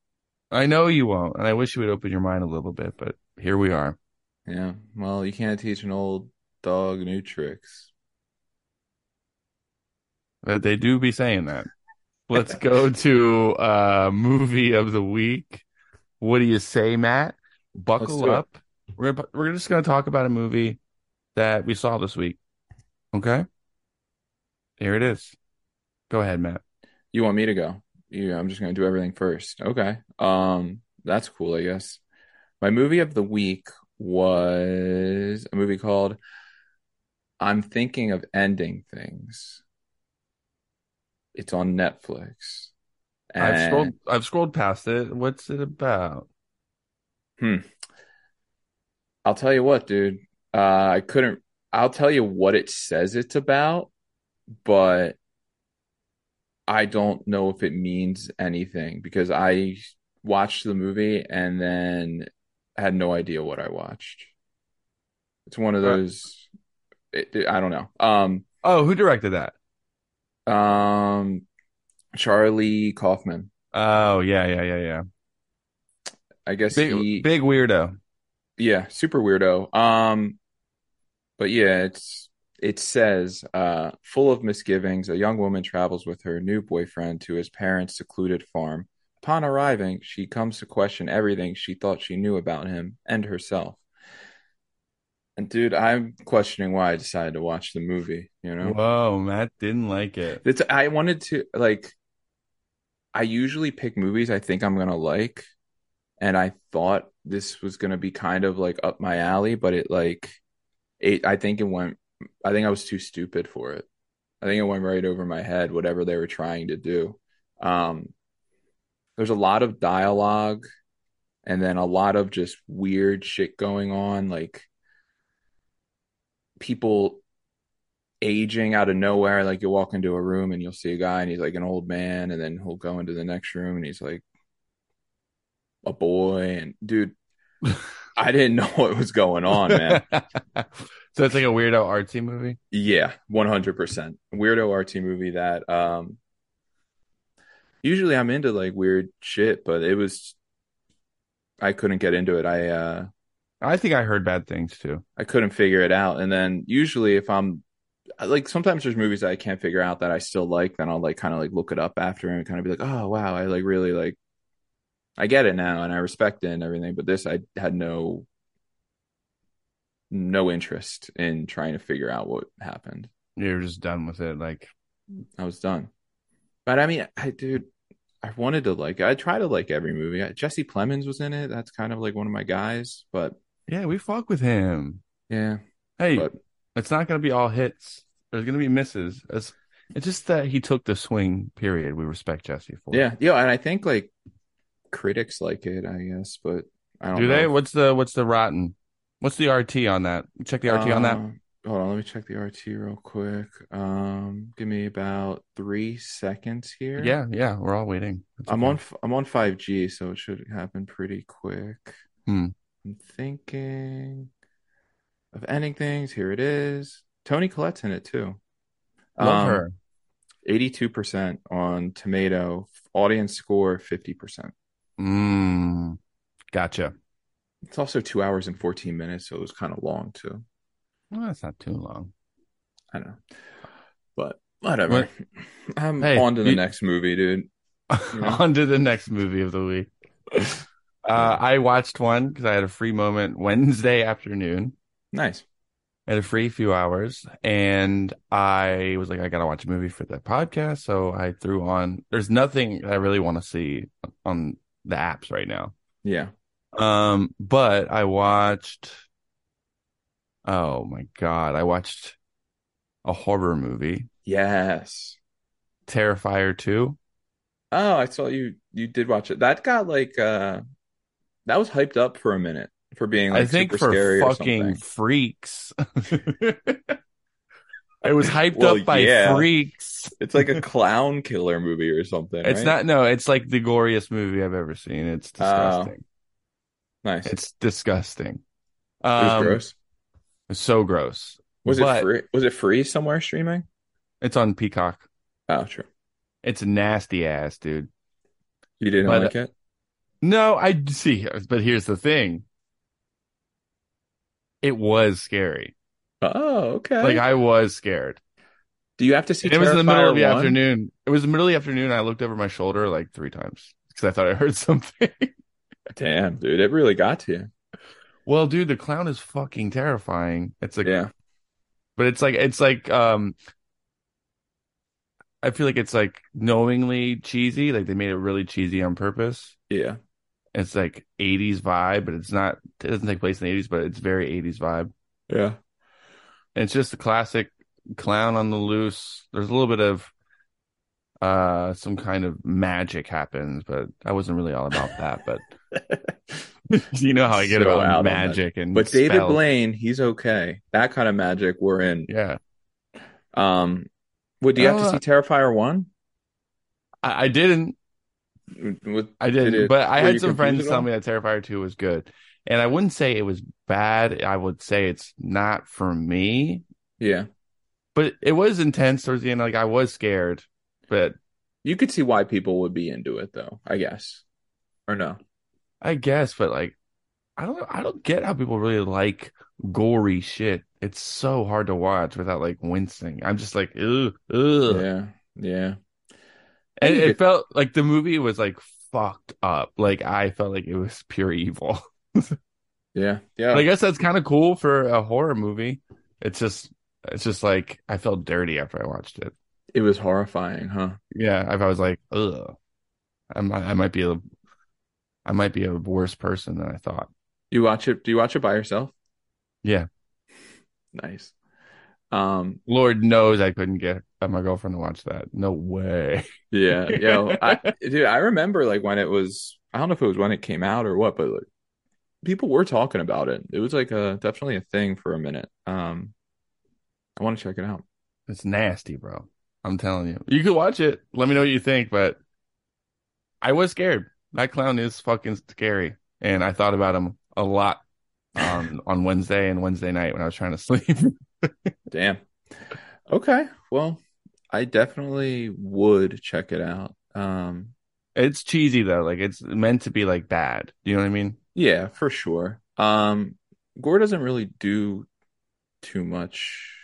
I know you won't, and I wish you would open your mind a little bit, but here we are.
Yeah. Well, you can't teach an old dog new tricks.
But Uh, they do be saying that. Let's go to uh movie of the week. What do you say, Matt?
do
Buckle
it.
up. We're gonna, we're just going to talk about a movie that we saw this week. Okay? Here it is. Go ahead, Matt.
You want me to go? Yeah, I'm just gonna do everything first. Okay. Um, that's cool, I guess. My movie of the week was a movie called I'm Thinking of Ending Things. It's on Netflix.
I've
And-
scrolled I've scrolled past it. What's it about?
I'll tell you what, dude. Uh, I couldn't. I'll tell you what it says it's about, but I don't know if it means anything because I watched the movie and then had no idea what I watched. It's one of
Right.
those. It, it- I don't know. Um,
Oh, who directed that?
um, Charlie Kaufman.
Oh, yeah, yeah, yeah, yeah.
I guess
Big
he.
big weirdo.
yeah super weirdo um but yeah it's it says uh full of misgivings a young woman travels with her new boyfriend to his parents secluded farm upon arriving she comes to question everything she thought she knew about him and herself and dude i'm questioning why i decided to watch the movie you know
Whoa, Matt didn't like it.
it's i wanted to like i usually pick movies i think i'm gonna like and i thought this was gonna be kind of like up my alley but it like it i think it went i think i was too stupid for it i think it went right over my head whatever they were trying to do um there's a lot of dialogue and then a lot of just weird shit going on like people aging out of nowhere. Like you walk into a room and you'll see a guy and he's like an old man, and then he'll go into the next room and he's like a boy. And dude, I didn't know what was going on, man.
so it's like a weirdo artsy movie.
yeah, one hundred percent weirdo RT movie that um. Usually I'm into like weird shit, but it was I couldn't get into it. I uh
I think I heard bad things too.
I couldn't figure it out. And then usually if I'm like sometimes there's movies that I can't figure out that I still like, then I'll like kind of like look it up after and kind of be like, oh wow, I like really like I get it now and I respect it and everything, but this I had no no interest in trying to figure out what happened.
You're just done with it. Like
I was done. But I mean, I dude, I wanted to like I try to like every movie. I- Jesse Plemons was in it. That's kind of like one of my guys, but
yeah, we fuck with him.
yeah,
Hey,
but
it's not gonna be all hits. There's gonna be misses. It's, it's just that he took the swing. Period. We respect Jesse for. it.
Yeah, yeah, and I think like critics like it, I guess, but I don't
Do
know.
they? What's the what's the rotten? What's the RT on that? Check the RT on that.
Um, Hold on, let me check the RT real quick. Um, give me about three seconds here.
Yeah, yeah, we're all waiting. That's
I'm
okay.
on f- I'm on 5G, so it should happen pretty quick.
Hmm.
I'm thinking of ending things. Here it is. Tony Collette's in it too.
Love
Um,
her.
82% on Tomato, audience score 50%.
Mm, gotcha.
It's also two hours and 14 minutes, so it was kind of long too.
Well, that's not too long.
I don't know. But whatever.
What-
I'm
Hey,
on to the
you-
next movie, dude. Yeah.
on to the next movie of the week. Uh, I watched one because I had a free moment Wednesday afternoon.
Nice.
I had a free few hours, and I was like, I gotta watch a movie for the podcast. So I threw on. There's nothing I really want to see on the apps right now.
Yeah.
Um, but I watched. Oh my god! I watched a horror movie,
Yes.
Terrifier two.
Oh, I saw you you did watch it. That got like uh that was hyped up for a minute for being like
I think
super
for
scary or
fucking
something.
freaks. it was hyped
Well,
up by
yeah.
freaks.
It's like a clown killer movie or something,
It's
right? Oh.
not no. It's like the goriest movie I've ever seen. It's disgusting.
Nice. It
It's disgusting.
was
Um,
gross.
It's so gross.
Was
but
it free? Was it free somewhere streaming?
It's on Peacock.
Oh, true.
It's nasty ass, dude.
You didn't
But-
like it?
No, I see. But here's the thing. It was scary.
Oh, okay.
Like I was scared.
Do you have to see
And it was in the middle of the
Terrifier 1?
afternoon. It was the middle of the afternoon. I looked over my shoulder like three times because I thought I heard something.
Damn, dude, it really got to you.
well, dude, the clown is fucking terrifying. It's like,
Yeah.
but it's like, it's like, um, I feel like it's like knowingly cheesy. Like they made it really cheesy on purpose.
Yeah.
It's like 80s vibe, but it's not, it doesn't take place in the 80s, but it's very 80s vibe.
Yeah.
And it's just the classic clown on the loose. There's a little bit of uh some kind of magic happens, but I wasn't really all about that. But you know how I get
So out
about
on that.
magic and
But David
spells.
Blaine, he's okay. That kind of magic we're in.
Yeah,
Um, would do you have to
Uh,
see Terrifier one?
I, I didn't,
With
I didn't.
Did it-
but I
were
had
you
some
confused
friends
at
tell
all?
me that Terrifier two was good, and I wouldn't say it was bad. I would say it's not for me,
yeah,
but it was intense towards the end. Like I was scared, but
you could see why people would be into it though. I guess, or no?
I guess, but like, I don't, I don't get how people really like gory shit. It's so hard to watch without like wincing. I'm just like, ugh, ugh.
Yeah, yeah.
and
you
it
could-
felt like the movie was like fucked up. Like I felt like it was pure evil.
Yeah, yeah.
I guess that's kind of cool for a horror movie. It's just, it's just like I felt dirty after I watched it.
it was horrifying, huh?
Yeah, I was like, ugh, I might, I might be a, I might be a worse person than I thought.
You watch it? Do you watch it by yourself?
Yeah.
Nice. Um.
Lord knows I couldn't get uh, my girlfriend to watch that. No way.
Yeah. Yo. I, dude, I remember like when it was. I don't know if it was when it came out or what, but like, people were talking about it. It was like a definitely a thing for a minute. Um. I want to check it out.
It's nasty, bro. I'm telling you. You could watch it. Let me know what you think, but I was scared. That clown is fucking scary. And I thought about him a lot um, on Wednesday and Wednesday night when I was trying to sleep.
Damn. Okay. Well, I definitely would check it out. Um,
it's cheesy though, like it's meant to be like bad. You know what I mean?
yeah, for sure. Um, Gore doesn't really do too much.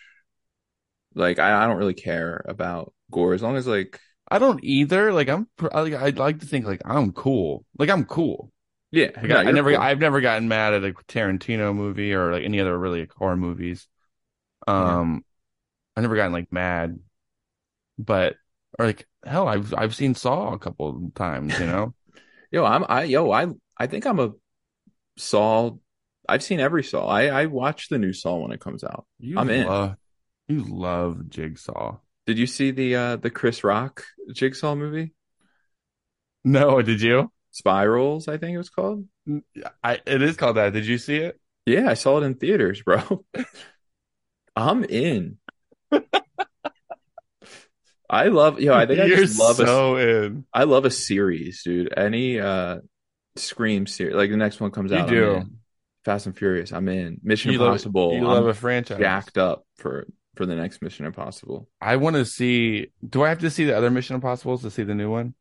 Like, I, I don't really care about Gore as long as like,
I don't either. Like I'm, pr- I, I'd like to think like I'm cool. Like I'm cool.
yeah,
Like,
no,
I, I
you're
never,
cool.
I've never gotten mad at a Tarantino movie or like any other really horror movies. Um, I never gotten like mad, but or like hell, I've I've seen Saw a couple of times. You know,
Yo, I'm I yo, I I think I'm a Saw. I've seen every Saw. I I watch the new Saw when it comes out.
you
I'm in.
love, you love Jigsaw.
Did you see the uh the Chris Rock Jigsaw movie?
No, did you?
Spirals, I think it was called.
I it is called that. Did you see it?
Yeah, I saw it in theaters, bro. I'm in. I love yo, I think I
You're
just love a
so in.
I love a series, dude. Any uh Scream series, like the next one comes
You
out. I'm
do.
in. Fast and Furious, I'm in. Mission
You love-
Impossible.
You
I'm
love a franchise.
jacked up for for the next Mission Impossible.
I want to see. Do I have to see the other Mission Impossibles to see the new one?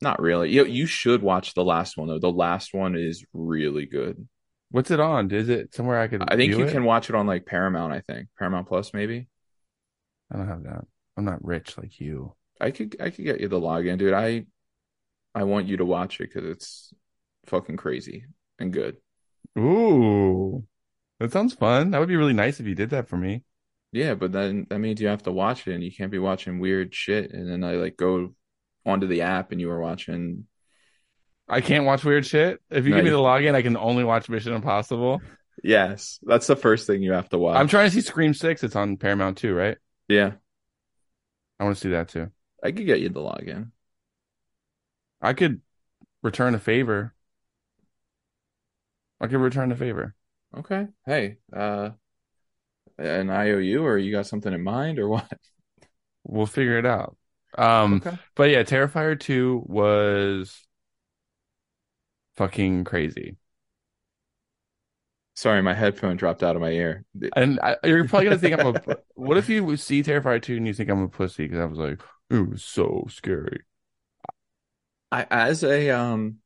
Not really. You you should watch the last one though. The last one is really good.
What's it on? Is it somewhere I could?
I think
view
you
it?
can watch it on like Paramount. I think Paramount Plus maybe.
I don't have that. I'm not rich like you.
I could I could get you the login, dude. I I want you to watch it because it's fucking crazy and good.
Ooh, that sounds fun. That would be really nice if you did that for me.
Yeah, but then that means you have to watch it and you can't be watching weird shit. And then I like go onto the app and you were watching.
I can't watch weird shit. If you
No,
give me
you-
the login, I can only watch Mission Impossible.
Yes, that's the first thing you have to watch.
I'm trying to see Scream Six. It's on Paramount too, right?
yeah,
I want to see that too.
I could get you the login.
I could return a favor. I could return a favor.
Okay. Hey, uh, an IOU or you got something in mind or what?
We'll figure it out. Um,
okay.
but yeah, Terrifier two was fucking crazy.
Sorry, my headphone dropped out of my ear.
And I, you're probably gonna think I'm a. what if you see Terrifier two and you think I'm a pussy because I was like, it was so scary.
I, as a um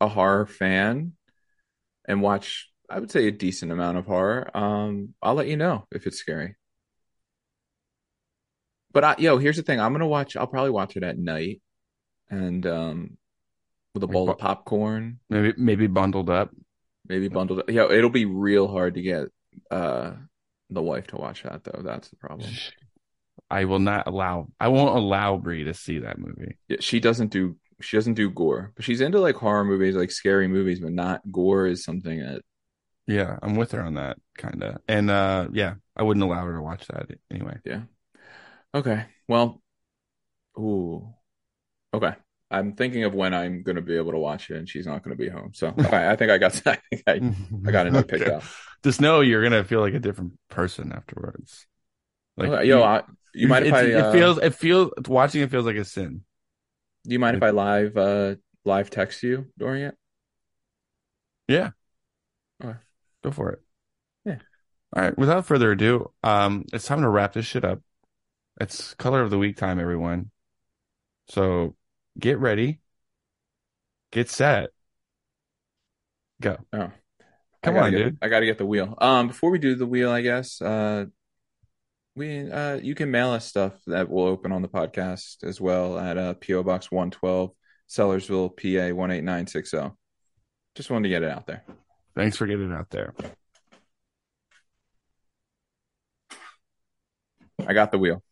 a horror fan and watch, I would say a decent amount of horror. Um, I'll let you know if it's scary. But I, yo, here's the thing. I'm gonna watch. I'll probably watch it at night, and um, with a bowl of popcorn,
Maybe maybe bundled up.
maybe bundled. Yo, it'll be real hard to get uh the wife to watch that though. That's the problem.
I will not allow. I won't allow Bree to see that movie.
Yeah, she doesn't do she doesn't do gore, but she's into like horror movies, like scary movies, but not gore is something that
Yeah, I'm with her on that kind of. And uh yeah, I wouldn't allow her to watch that anyway.
yeah. Okay. Well, ooh. Okay. I'm thinking of when I'm gonna be able to watch it and she's not gonna be home. So
Oh.
okay, I think I got I think I, I got enough picked up.
Just know you're gonna feel like a different person afterwards.
Okay, yo,
you-
I, you mind if
it's-
I
it
uh,
feels it feels watching it feels like a sin.
do you mind if I live uh live text you during it?
Go for it.
Yeah.
All right. Without further ado, um, it's time to wrap this shit up. It's color of the week time, everyone. So get ready. Get set. Go.
Oh. I
Come
gotta
on,
get-
dude.
I gotta get the wheel. Um, before we do the wheel, I guess, uh, we uh, you can mail us stuff that we'll open on the podcast as well at uh, PO Box one twelve, Sellersville, PA one eight nine six zero. Just wanted to get it out there.
Thanks for getting it out there.
I got the wheel.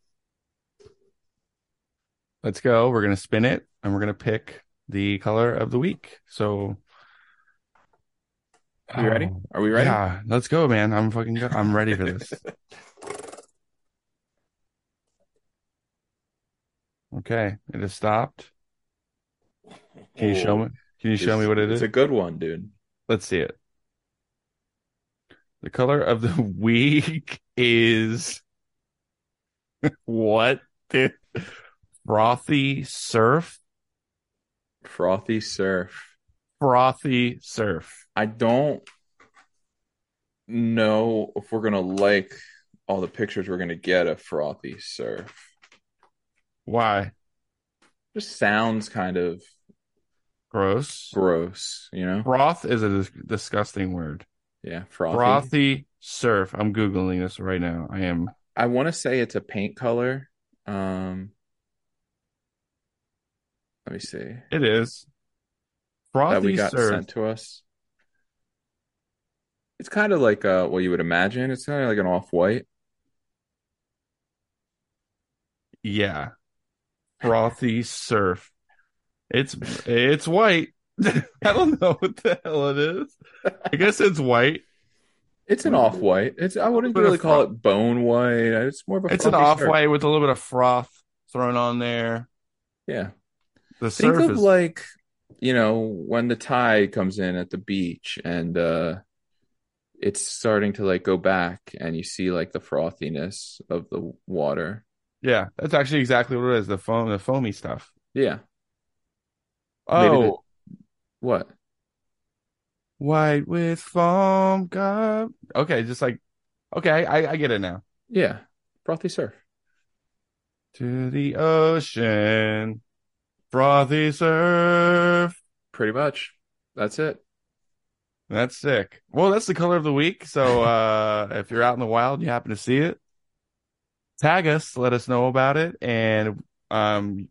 Let's go. We're gonna spin it and we're gonna pick the color of the week. So
Are you ready?
Oh,
Are we ready?
Yeah, let's go, man. I'm fucking go- I'm ready for this. Okay, it has stopped. Can you show me? Can you show me what it
it's
is?
It's a good one, dude.
Let's see it. The color of the week is what? dude? Frothy surf.
Frothy surf.
Frothy surf.
I don't know if we're gonna like all the pictures we're gonna get of frothy surf.
Why?
Just sounds kind of
Gross.
gross, you know?
Broth is a dis- disgusting word.
Yeah, frothy.
Frothy surf. I'm googling this right now. I am.
I want to say it's a paint color. Um, let me see
It is
that we
frothy
got
surf.
sent to us. It's kind of like uh, what you would imagine. It's kind of like an off-white.
Yeah, frothy surf. It's it's white. I don't know what the hell it is. I guess it's white.
It's an off-white. It's I wouldn't
Bit Mm-hmm. of
really call
froth.
it bone white. It's more of a.
It's an
frothy
off
surf.
white with a little bit of froth thrown on there.
Yeah.
The
Think
surf
of
is
like you know when the tide comes in at the beach and uh, it's starting to like go back and you see like the frothiness of the water.
yeah. That's actually exactly what it is. The foam, the foamy stuff.
Yeah. Maybe the-
Oh,
What?
white with foam. God. Okay, just like okay, I, I get it now.
Yeah. Frothy surf.
To the ocean, frothy surf.
Pretty much. That's it.
That's sick. Well, that's the color of the week. So uh if you're out in the wild and you happen to see it, tag us, let us know about it, and um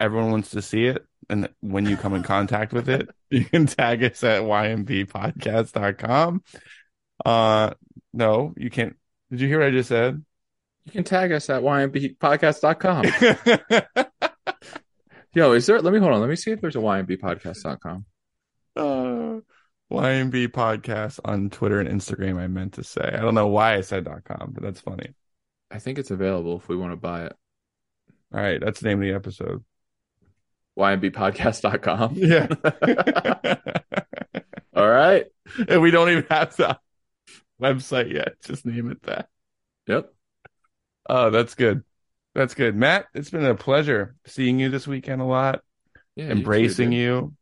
everyone wants to see it. And when you come in contact with it, you can tag us at ymbpodcast.com. Uh no, you can't did you hear what I just said?
You can tag us at ymbpodcast.com. Yo, is there let me hold on. Let me see if there's a ymbpodcast.com.
uh, YMB podcast on Twitter and Instagram. I meant to say. I don't know why I said dot .com, but that's funny.
I think it's available if we want to buy it.
All right, that's the name of the episode.
ymbpodcast.com.
Yeah,
All right.
and we don't even have the website yet. Just name it that.
Yep.
Oh, that's good. That's good, Matt. It's been a pleasure seeing you this weekend a lot,
Yeah,
embracing
you.
you.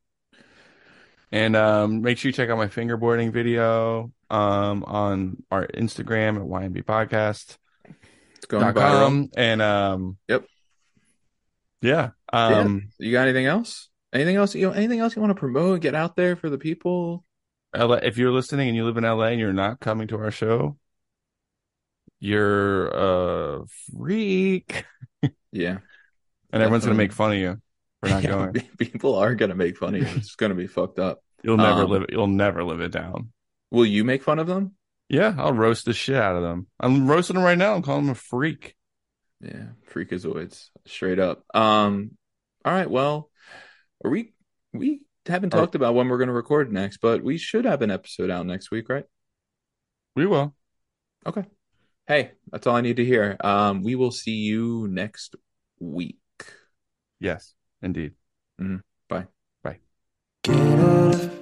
And um, make sure you check out my fingerboarding video um, on our Instagram at YMB Podcast.
too, dude. It's going
dot
viral.
com and um
Yep.
yeah um
You got anything else? Anything else you anything else you want to promote? Get out there for the people.
LA, if you're listening and you live in la and you're not coming to our show you're a freak
Yeah.
and everyone's gonna
Definitely.
make fun of you for not going
People are gonna make fun of you. It's gonna be fucked up.
you'll never
Um,
live it you'll never live it down
Will you make fun of them?
yeah i'll roast the shit out of them i'm roasting them right now and calling them a freak
Yeah, freakazoids, straight up. Um, all right, well, are we we haven't
Are-
talked about when we're going to record next, but we should have an episode out next week, right?
we will
Hey, that's all I need to hear. Um, we will see you next week.
yes indeed
Mm-hmm. Bye.
Get out of